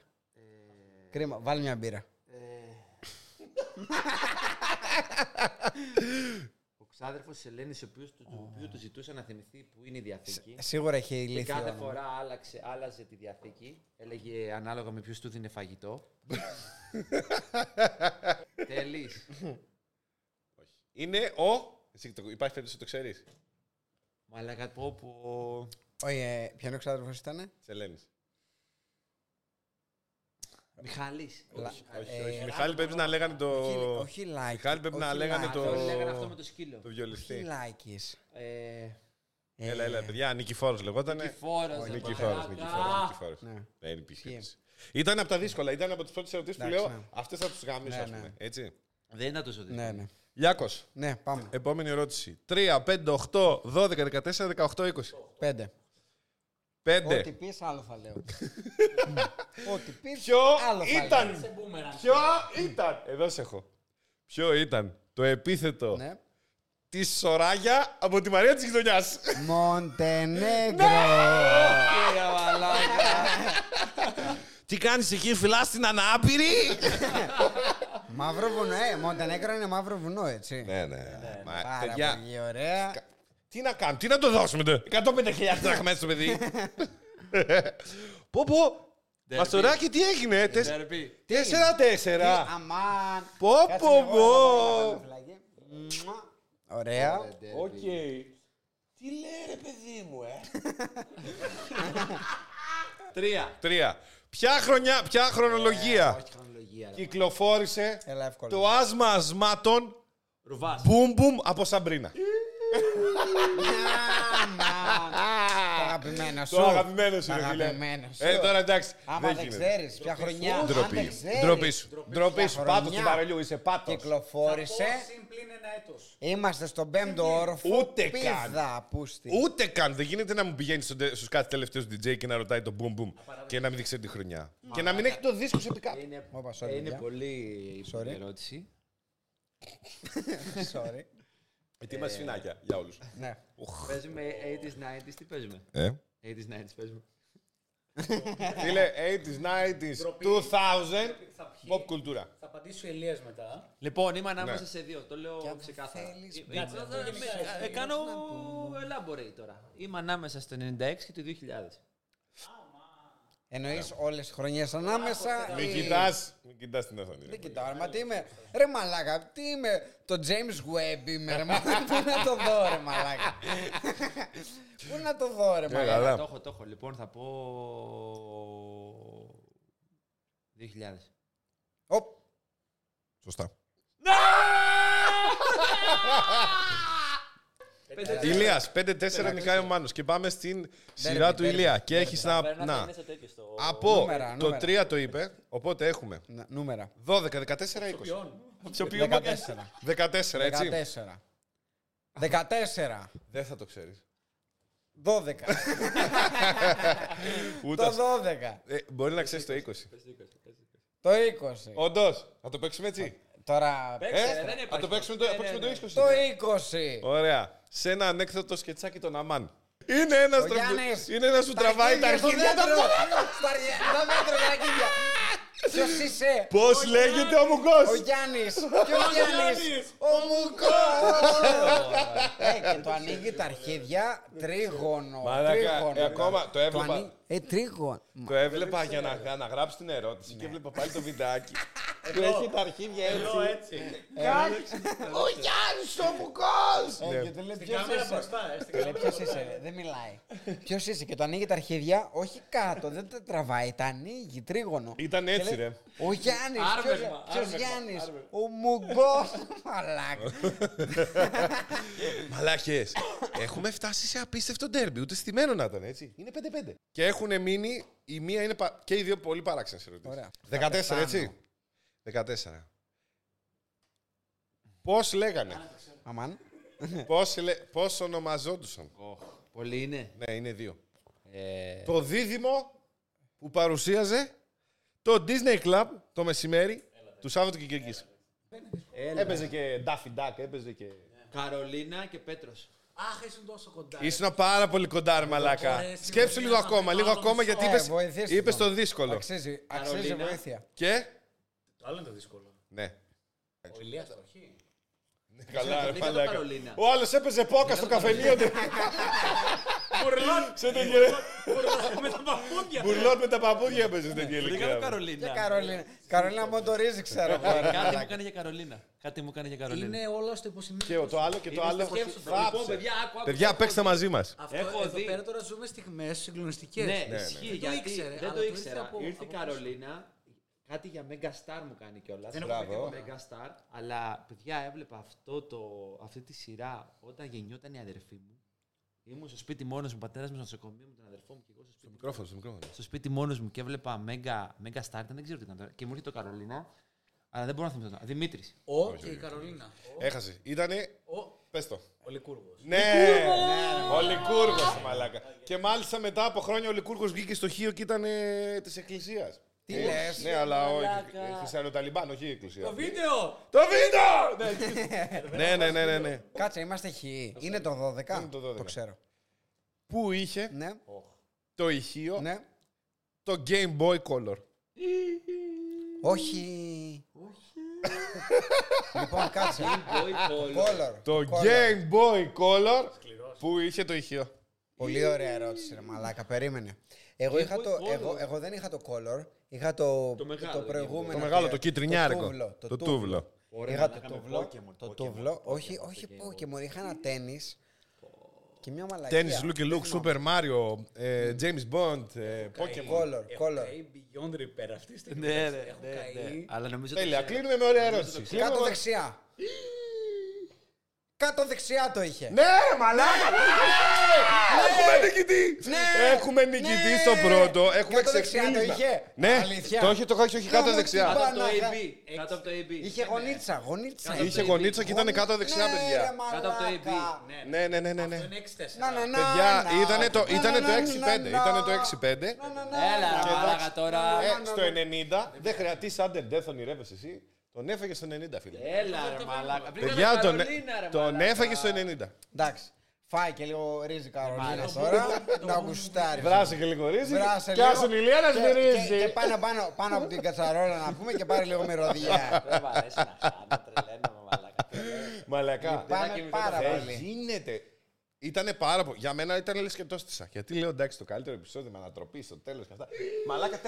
Κρίμα, βάλει μια μπύρα. Ο ξάδερφο τη Ελένη, ο οποίος του, του ζητούσε να θυμηθεί που είναι η διαθήκη. Σίγουρα έχει Και ηλίθιο. κάθε όνομα. φορά άλλαξε, άλλαζε τη διαθήκη. Έλεγε ανάλογα με ποιους του δίνει φαγητό. Τέλει. Είναι ο. Εσύ το- Υπάρχει περίπτωση να το ξέρεις. Μαλάκα πω πω. Όχι, ε, ποιον εξάδελφος ήταν. Τη Ελένη. Μιχαλή. Ε, Όχι, όχι. Μιχάλη πρέπει να λέγανε το. Όχι like. Μιχάλη, πρέπει να λέγανε το- Όλοι λέγανε αυτό με το σκύλο. Το Όχι Ε, βιολιστή. like. Ε, Έλα, έλα, παιδιά. Νικηφόρος λεγότανε. Νικηφόρος, ρε Νικηφόρος, μαλάκα. Νικηφόρο. Ναι. Δεν υπήρχε. έτσι. Ήταν από τα δύσκολα. Ήταν από τις πρώτες ερωτήσεις που Εντάξει, λέω ναι. αυτές θα τους γαμίσω, Ναι, ας πούμε. ναι. Έτσι. Δεν ήταν τόσο δύσκολο. Ναι, ναι. Λιάκο. Ναι, πάμε. Επόμενη ερώτηση. 3, 5, 8, 12, 14, 18, 20. Πέντε. Πέντε. Ό,τι πεις, άλλο θα λέω. Ό,τι πεις, Ποιο άλλο θα λέω. ήταν. Σε μπούμεραν. Ποιο ήταν. Εδώ σε έχω. Ποιο ήταν το επίθετο Ναι. της Σοράγια από τη Μαρία της Γειτονιάς. Μοντενέγκρο. Ναι! Κύριε Μαλάκα. Τι κάνεις εκεί, φυλάς την ανάπηρη. Μαύρο βουνό, ε. Μοντενέγκρο είναι μαύρο βουνό, έτσι. Ναι, ναι. Μα, Πάρα παιδιά, πολύ ωραία. Τι να κάνουμε, τι να το δώσουμε. τε. 150.000 δραχμές στο παιδί. πω πω. Μαστοράκι, τι έγινε. τεσ- Derby. Τέσσερα, τέσσερα. Αμάν. Πω, Κάτσε πω, με εγώ, πω. να βάλω φυλάκι. Μουα. Ωραία. Οκ. Τι λέει ρε παιδί μου, ε. Τρία. Τρία. Ποια χρονιά, ποια χρονολογία Τεχνολογία, ρε. κυκλοφόρησε Έλα, εύκολα. το άσμα ασμάτων Ρουβάς. Μπουμ Μπουμ από Σαμπρίνα. Αμάν. Το αγαπημένο σου. Το αγαπημένο σου, ρε φίλε. αγαπημένος σου. Ε, τώρα εντάξει. Άμα δεν γίνεται. ξέρεις ποια χρονιά. αν δεν Ντροπή. ξέρεις, Ντροπή σου. Ντροπή σου. Ποια Πάτος χρονιά του παρελιού, είσαι πάτος. Κυκλοφόρησε. Συμπλήν ένα έτος. Είμαστε στον πέμπτο όροφο. Ούτε καν. Πίδα, πούστη. Ούτε καν. Δεν γίνεται να μου πηγαίνεις στους κάθε τελευταίους DJ και να ρωτάει το boom boom και να μην ξέρει τη χρονιά. Και να μην έχει το δίσκο σε πικά. Είναι, Όπα, sorry, είναι παιδιά. πολύ Sorry. sorry. ερώτηση. Sorry. Ετοίμασε φινάκια για όλους. Ναι. παίζουμε 80s, 90s, τι παίζουμε. Ε. 80s, 90s παίζουμε. Φίλε, 80s, 90s, 2000, pop κουλτούρα. Θα απαντήσω Ηλίας μετά. Λοιπόν, είμαι ανάμεσα σε δύο, το λέω ξεκάθαρα. θέλεις, Ε, πίτσα, ε, δεν ε, θέλεις, ε, δεν ε, θέλεις. Κάνω elaborate τώρα. Είμαι ανάμεσα στο 96 και το 2000. Εννοείς όλες τις χρονιές ανάμεσα. Μην ή- κοιτά, μην κοιτάς την οθόνη. ρε. Ε. Δεν κοιτάω, ρε, μα τι είμαι. Ρε μαλάκα, τι είμαι. Το James Webb είμαι, ρε μαλάκα. Πού να το δω, ρε μαλάκα. Πού να το δω, ρε Ε, μαλάκα. Το καλά. έχω, το έχω. Λοιπόν, θα πω... 2000. Οπ, Σωστά. Ηλία, 5-4 νικάει ο Μάνος. Και πάμε στην σειρά του derby. Ηλία. Και έχεις να. Περνάτε Να. είναι σε τέτοιο στο. Από Νούμερα, το νούμερα. 3 το είπε, οπότε έχουμε Να- νούμερα. 12, 14, 20. Ποιο 14. 14, έτσι. 14. 14. Δεν θα το ξέρει. 12. Ούτε Το αυτό. 12. Ε, Μπορεί να ξέρει το 20. Το 20. Όντω, θα το παίξουμε έτσι. Τώρα. Ε, θα το παίξουμε το, θα παίξουμε το 20. Το 20. Ωραία. Σε ένα ανέκδοτο σκετσάκι των Αμάν. Είναι ένας Ο Γιάννης. Είναι ένας που τραβάει τα αρχίδια των Στα αρχίδια, τα μέτρα τα αρχίδια. Ποιος είσαι. Πώς λέγεται ο Ο Μουγκό. Γιάννης. Ποιος Γιάννης. Ο Μουκός. Ε, και το ανοίγει τα αρχίδια τρίγωνο. Μαλάκα, τρίγωνο. ε, ακόμα το έβλεπα. ανοί- Ε, τρίγωνο. Το έβλεπα για να, να γράψει την ερώτηση και έβλεπα πάλι το βιντεάκι. Του Ναι. έχει τα αρχίδια έτσι. έτσι. Ο Γιάννης ο Μουγκός. Ε, και του λέει, Στην «Ποιος κάμερα είσαι». μπροστά, ε, στην Του λέει, κάμερα «Ποιος μπροστά. είσαι, ρε». δεν μιλάει. Ποιος είσαι και το ανοίγει τα αρχίδια, όχι κάτω, δεν τα τραβάει, τα ανοίγει τρίγωνο. Ήταν Και έτσι, λέει, ρε. Ο Γιάννης. Άρμεγμα, Ποιο άρμεγμα, Γιάννη. Ο Μουγκό. Μαλάκα. Μαλάκες, έχουμε φτάσει σε απίστευτο ντέρμπι. Ούτε στημένο να ήταν, έτσι. Είναι 5-5. Και έχουν μείνει, η μία είναι πα- και οι δύο πολύ παράξενες ερωτήσεις. Ωραία. 14, Θα έτσι. 14. Πώς λέγανε, Αμάν. πώς, λέ, πώς ονομαζόντουσαν. Πολύ είναι. Ναι, είναι δύο. Το δίδυμο που παρουσίαζε το Disney Club το μεσημέρι του Σάββατο και Κυρκής. Έπαιζε και Daffy Duck, έπαιζε και... Ναι. Καρολίνα και Πέτρος. Αχ, ήσουν τόσο κοντά. Ήσουν πάρα πολύ κοντά, ρε μαλάκα. Ωραία, Σκέψου λίγο συνεχίζαμε ακόμα, το λίγο άλλο ακόμα, μισό. γιατί Ε, είπες, βοηθήστε είπες τον. το δύσκολο. Αξίζει, αξίζει Καρολίνα. βοήθεια. Και. Το άλλο είναι το δύσκολο. Ναι. Ο Ηλίας το έχει. Καλά, ρε βρήκα το μαλάκα. Καρολίνα. Ο άλλος έπαιζε πόκα στο καφενείο. του. Μπουρλόν! Σε τέτοια. Με τα παπούδια! Μπουρλόν με τα παπούδια έπαιζε σε τέτοια Βρήκα το ηλικία. Και Ναι. Καρολίνα. Καρολίνα. Καρολίνα Μοντορίζη, ξέρω εγώ. ρε. Κάτι μου κάνει για Καρολίνα. Κάτι μου κάνει για Καρολίνα. Είναι όλα στο υποσημείο. Και το άλλο και το άλλο. σκέψου το. Θάψε. Λοιπόν, παιδιά, άκου, άκου. Παιδιά, παίξτε μαζί μας. Αυτό Έχω εδώ δει. πέρα τώρα ζούμε στιγμές συγκλονιστικές. Ναι, ναι. ισχύει Δεν το γιατί ήξερε, δεν αλλά το το ήρθε ήξερα. από- Ήρθε η από Καρολίνα, κάτι για Mega Star μου κάνει κιόλας. Δεν έχω Μπράβο. πει Mega Star, αλλά παιδιά έβλεπα αυτό το, αυτή τη σειρά όταν γεννιόταν η αδερφή μου. Ήμουν στο σπίτι μόνος μου, ο πατέρας μου στο νοσοκομείο με τον αδερφό μου και εγώ στο σπίτι. Μικρόφωνο, στο μικρόφωνο. Στο σπίτι μόνος μου και έβλεπα Mega, Mega Star, ήταν, δεν ξέρω τι ήταν τώρα. Και μου έρχεται το Καρολίνα, αλλά δεν μπορώ να θυμηθώ. Δημήτρης. Ο και η Καρολίνα. Ο- Έχασε. Ήτανε Ο Πες το. Ο Λικούργος. Ναι, ο Λικούργος, μαλάκα. Και μάλιστα μετά από χρόνια ο Λικούργος βγήκε στο Χίο και ήταν της Εκκλησίας. Τι λες. Ναι, αλλά όχι. Χριστιανοταλιμπάν, όχι η Εκκλησία. Το βίντεο! Το βίντεο! Ναι, ναι, ναι, ναι, ναι. Κάτσε, είμαστε χ. Είναι το 12. Είναι το 12. ξέρω. Πού είχε Ναι, το ηχείο ναι. το Game Boy Color. Όχι. λοιπόν, κάτσε. Color. Το Color. Game Boy Color που είχε το ηχείο. Πολύ ωραία ερώτηση, ρε μαλάκα. Περίμενε. Εγώ, είχα το, εγώ, εγώ δεν είχα το color. Είχα το, το, προηγούμενο. Το μεγάλο, το το κιτρινιάρικο. τούβλο, Το τούβλο. Είχα το τούβλο. Το τούβλο. Όχι, όχι Pokemon. Είχα ένα τέννη. Και μια μαλακία. Τέννη, Λούκι Λουκ, Super Mario, ε, Mm. James Bond, ε, Pokemon. Color, Έχω color. καεί beyond repair αυτή τη στιγμή. Ναι, ρε, Έχω ναι, καεί. ναι. Αλλά νομίζω Τέλεια, ξέρω. κλείνουμε με ωραία ερώτηση. Κλείνουμε Κάτω με- δεξιά. Κάτω δεξιά το είχε. Ναι, ρε, μαλάκα! Έχουμε νικητή! Ναι! Έχουμε νικητή στο πρώτο. Έχουμε Κάτω δεξιά το ξεξύνισμα. είχε. Ναι, Αλήθεια. το είχε, το είχε, όχι Κάτω κάτω την δεξιά. πάρα. Κάτω από το Παναγα- AB. Κάτω από το AB. Είχε γονίτσα, γονίτσα. Είχε γονίτσα και ήταν κάτω δεξιά, Ναι, ρε, παιδιά. μαλάκα. Κάτω από το AB. Ναι, Ναι, ναι, ναι, ναι. ναι. Αυτό είναι 6-4. Να, να, να, Παιδιά, να. ήτανε το, Να, ήτανε να, το να, 6-5. να, Ήτανε το να. 6-5. Να, να, να, Έλα, να. ρε, μαλάκα τώρα. Ε, να, να, στο να. 90, δεν χρειάζεται σαν δεν ονειρεύεσαι εσύ. Τον έφαγε στο 90, Ε, φίλε. Έλα, ρε μαλάκα. Παιδιά, τον, ε- ε- τον έφαγε έφαγε στο 90. Εντάξει. Φάει και λίγο ρύζι Ε, καρονίδα μάλιστα. τώρα. Να γουστάρει. Βράσε και λίγο ρύζι. Βράσε λίγο. Πιάσουν ηλία να Και- και- Και σμυρίζει. πάνω, πάνω, πάνω από την κατσαρόλα να πούμε και πάρει λίγο μυρωδιά. Δεν μ' αρέσει να χάνω, τρελαίνομαι μαλάκα. Μαλακά. θα Πάμε κοιμηθώ πάρα το Δεν πολύ. γίνεται. Ήτανε πάρα πολύ. Για μένα ήταν λες και τόστισα. Γιατί λέω εντάξει το καλύτερο επεισόδιο με ανατροπή στο τέλος και αυτά. Μαλάκα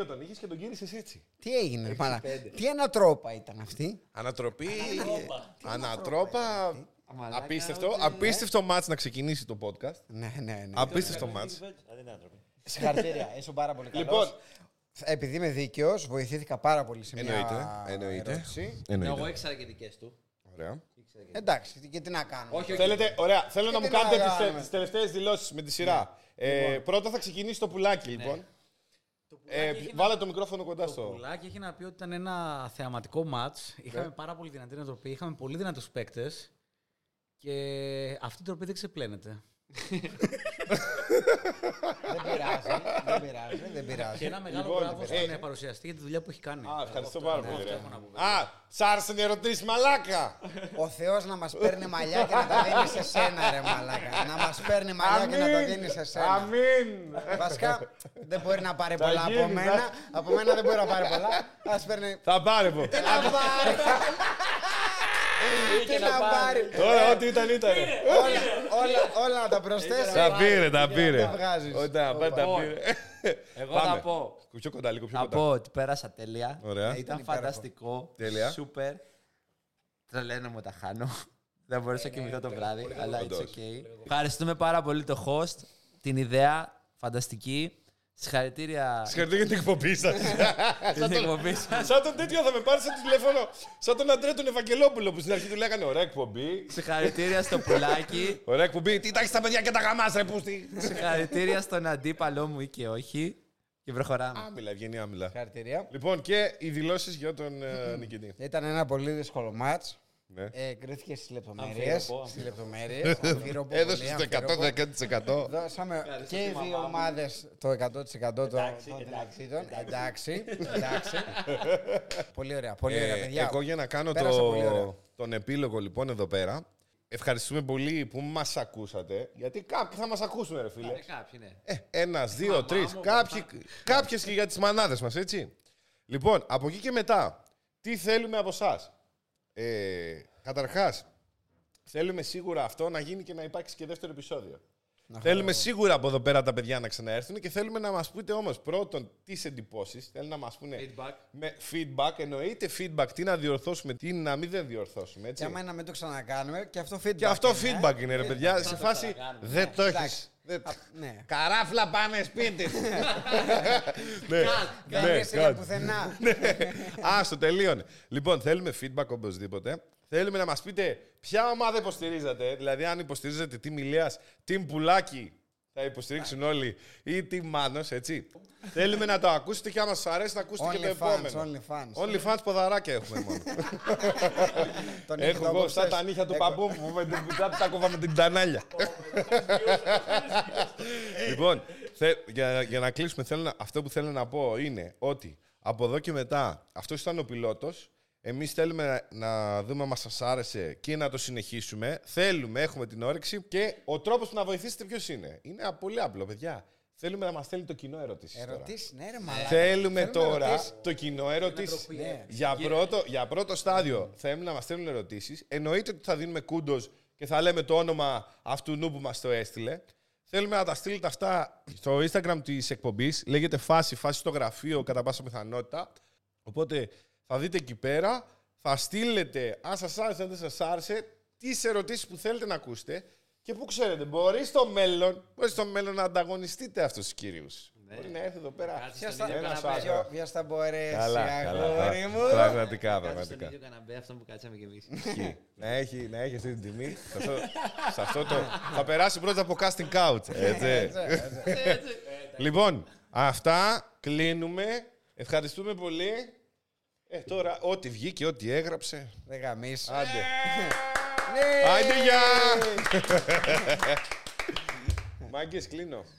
4-2 τον είχες και τον κύρισε έτσι. Τι έγινε, ρε μάνα. Τι ανατρόπα ήταν αυτή. Ανατροπή. Ανατρόπα. Μαλάκα, Απίστευτο. Απίστευτο μάτς να ξεκινήσει το podcast. Ναι, ναι, Ε, ναι. Απίστευτο μάτς. Δεν είναι άνθρωποι. Συγχαρητήρια, είσαι πάρα πολύ καλός. Λοιπόν. επειδή είμαι δίκαιος, βοηθήθηκα πάρα πολύ σε μια Εννοείται. Εννοείται. ερώτηση. Ναι, Εννοείται. Εγώ ήξερα και δικές του. Ωραία. Εντάξει, και τι να κάνουμε. Όχι, όχι. Θέλετε, ωραία. Θέλω να μου τι να κάνετε τις- κάνουμε. τις τελευταίες δηλώσεις με τη σειρά. Ναι. Ε, Λοιπόν. Πρώτα θα ξεκινήσει το πουλάκι, λοιπόν. Το πουλάκι Ε, έχει να- βάλε το μικρόφωνο κοντά Το στο. πουλάκι έχει να πει ότι ήταν ένα θεαματικό μάτ. Είχαμε πάρα πολύ δυνατή νοοτροπία, είχαμε πολύ δυνατούς παίκτες. Και αυτή η τροπή δεν ξεπλένεται. Δεν πειράζει, δεν πειράζει, δεν Και πειράζει. ένα μεγάλο Λοιπόν, μπράβο στον ε, ε, παρουσιαστή για τη δουλειά που έχει κάνει. Α, ευχαριστώ Αυτό- πάρα ναι, πολύ. αυτό ρε. έχω να πω. Α, σ' άρεσαν οι ερωτήσεις, μαλάκα! Ο Θεός να μας παίρνει μαλλιά και να τα δίνει σε σένα, ρε Μαλάκα. Να μας παίρνει μαλλιά και να τα δίνει σε σένα. Αμήν! Βασικά δεν μπορεί να πάρει πολλά από γίνεις, μένα. Από μένα δεν μπορεί να πάρει πολλά. Ας παίρνει. Θα πάρευω. Να πάρει. Τι να πάρει. Τώρα, ό,τι ήταν, ήταν. Όλα- όλα- Όλα να τα προσθέσεις. Τα πήρε, τα πήρε. τα βγάζεις. Όταν πάρε, τα Λοιπόν, πήρε. Εγώ θα Πάμε. πω. Πιο κοντά, λίγο πιο Θα κοντά. πω ότι πέρασα τέλεια. Ωραία. Ε, Ήταν φανταστικό. Τέλεια. Σούπερ. Τρελαίνομαι όταν χάνω. Δεν μπορούσα να κοιμηθώ το βράδυ, αλλά it's κοντός. okay. Ευχαριστούμε πάρα πολύ το host, την ιδέα, φανταστική. Συγχαρητήρια Συγχαρητήρια για την εκπομπή σας. στην εκπομπή σας. Σαν τον τέτοιο θα με πάρει σαν τηλέφωνο. Σαν τον Αντρέ τον Ευαγγελόπουλο που στην αρχή του λέγανε Ωραία εκπομπή. Συγχαρητήρια στο πουλάκι. Ωραία εκπομπή. Τι τάξει τα παιδιά και τα γαμάς, ρε πούστη. Συγχαρητήρια στον αντίπαλό μου ή και όχι. Και προχωράμε. Άμυλα, ευγενή άμυλα. Συγχαρητήρια. Λοιπόν, και οι δηλώσεις για τον ε, νικητή. Ήταν ένα πολύ δύσκολο μάτς. Ναι. Ε, κρίθηκε στις λεπτομέρειες. Στις λεπτομέρειες. αμφίροπο, πολύ Έδωσε το αμφίροπο. 110%. Δώσαμε και οι δύο ομάδες το 100% των των ταξίδων. Εντάξει, εντάξει. Πολύ ωραία, πολύ ωραία, Ε, παιδιά. Εγώ για να κάνω Πέρασα πολύ ωραία. το, τον επίλογο λοιπόν εδώ πέρα. Ευχαριστούμε πολύ που μας ακούσατε. Γιατί κάποιοι θα μας ακούσουν, ρε φίλε. Κάποιοι, ναι. Ένα, Ε, δύο, τρει. Κάποιοι... Κάποιες και για τις μανάδες μας, έτσι. Λοιπόν, από εκεί και μετά, τι θέλουμε από εσά. Ε, Καταρχάς, θέλουμε σίγουρα αυτό να γίνει και να υπάρξει και δεύτερο επεισόδιο. θέλουμε σίγουρα από εδώ πέρα τα παιδιά να ξαναέρθουν και θέλουμε να μας πείτε όμως πρώτον τις εντυπώσεις. Θέλει να μας πούνε Feedback. με feedback. Εννοείται feedback, τι να διορθώσουμε, τι να μην δεν διορθώσουμε. Έτσι. Για μένα μην το ξανακάνουμε και αυτό feedback. Και αυτό είναι, ε. feedback είναι, ρε παιδιά. Σε φάση ξανακάνουμε. δεν το έχει. Εντάξει. Α, Ναι. Καράφλα πάνε σπίτι. Ναι, Δεν είσαι κάτι. πουθενά. Άστο, τελείωνε. Λοιπόν, θέλουμε feedback οπωσδήποτε. Θέλουμε να μας πείτε ποια ομάδα υποστηρίζατε. Δηλαδή, αν υποστηρίζετε Team Ηλία, Team Πουλάκι, θα υποστηρίξουν όλοι ή τι μάνο, έτσι. Θέλουμε να το ακούσετε και άμα σας αρέσει να ακούσετε και το Only fans, επόμενο. only fans. Όλοι fans ποδαράκια έχουμε μόνο. Τον είχε Έχω το εγώ απόψε. αυτά τα νύχια του παππού μου με την πιτά που τα κόβαμε την τανάλια. λοιπόν, θε- για, για να κλείσουμε, θέλω να- αυτό που θέλω να πω είναι ότι από εδώ και μετά, αυτός ήταν ο πιλότος. Εμείς θέλουμε να- να δούμε αν σας άρεσε και να το συνεχίσουμε. Θέλουμε, έχουμε την όρεξη και ο τρόπος να βοηθήσετε ποιος είναι. Είναι πολύ απλό, παιδιά. Θέλουμε να μας στέλνει το κοινό ερωτήσεις. Ερωτήσεις, ναι ρε μαλάκα. Θέλουμε τώρα ερωτήσεις. το κοινό ερωτήσει. ντροπή, ε. Για, πρώτο, για πρώτο στάδιο θέλουμε να μας στέλνουν ερωτήσεις. Εννοείται ότι θα δίνουμε κούντος και θα λέμε το όνομα αυτού νου που μας το έστειλε. Θέλουμε να τα στείλετε αυτά στο Instagram της εκπομπής. Λέγεται φάση, φάση στο γραφείο κατά πάσα πιθανότητα. Οπότε θα δείτε εκεί πέρα, θα στείλετε αν σας άρεσε, αν δεν σας άρεσε, τις ερωτήσεις που θέλετε να ακούσετε. Και που ξέρετε, μπορεί στο μέλλον, μπορεί στο μέλλον να ανταγωνιστείτε αυτούς τους κύριου. Μπορεί να έρθει εδώ πέρα. Κάτσε Ποιος στον θα- ίδιο ένας καναπέ. άλλος. Ποιο- Ποιος θα μπορέσει, Καλά, καλά. αγόρι μου. Πραγματικά, Κάτσε στον πραγματικά. ίδιο καναπέ αυτό που κάτσαμε κι εμείς. Εκεί. να, έχει, να έχει αυτή την τιμή. σε αυτό, σε αυτό το, θα περάσει πρώτα από casting couch. Έτσι. λοιπόν, αυτά κλείνουμε. Ευχαριστούμε πολύ. Ε, τώρα, ό,τι βγήκε, ό,τι έγραψε. Δεν γαμίσω. Άντε. Ναι. Ε! Ε! Άντε, γεια! Μάγκες, κλείνω.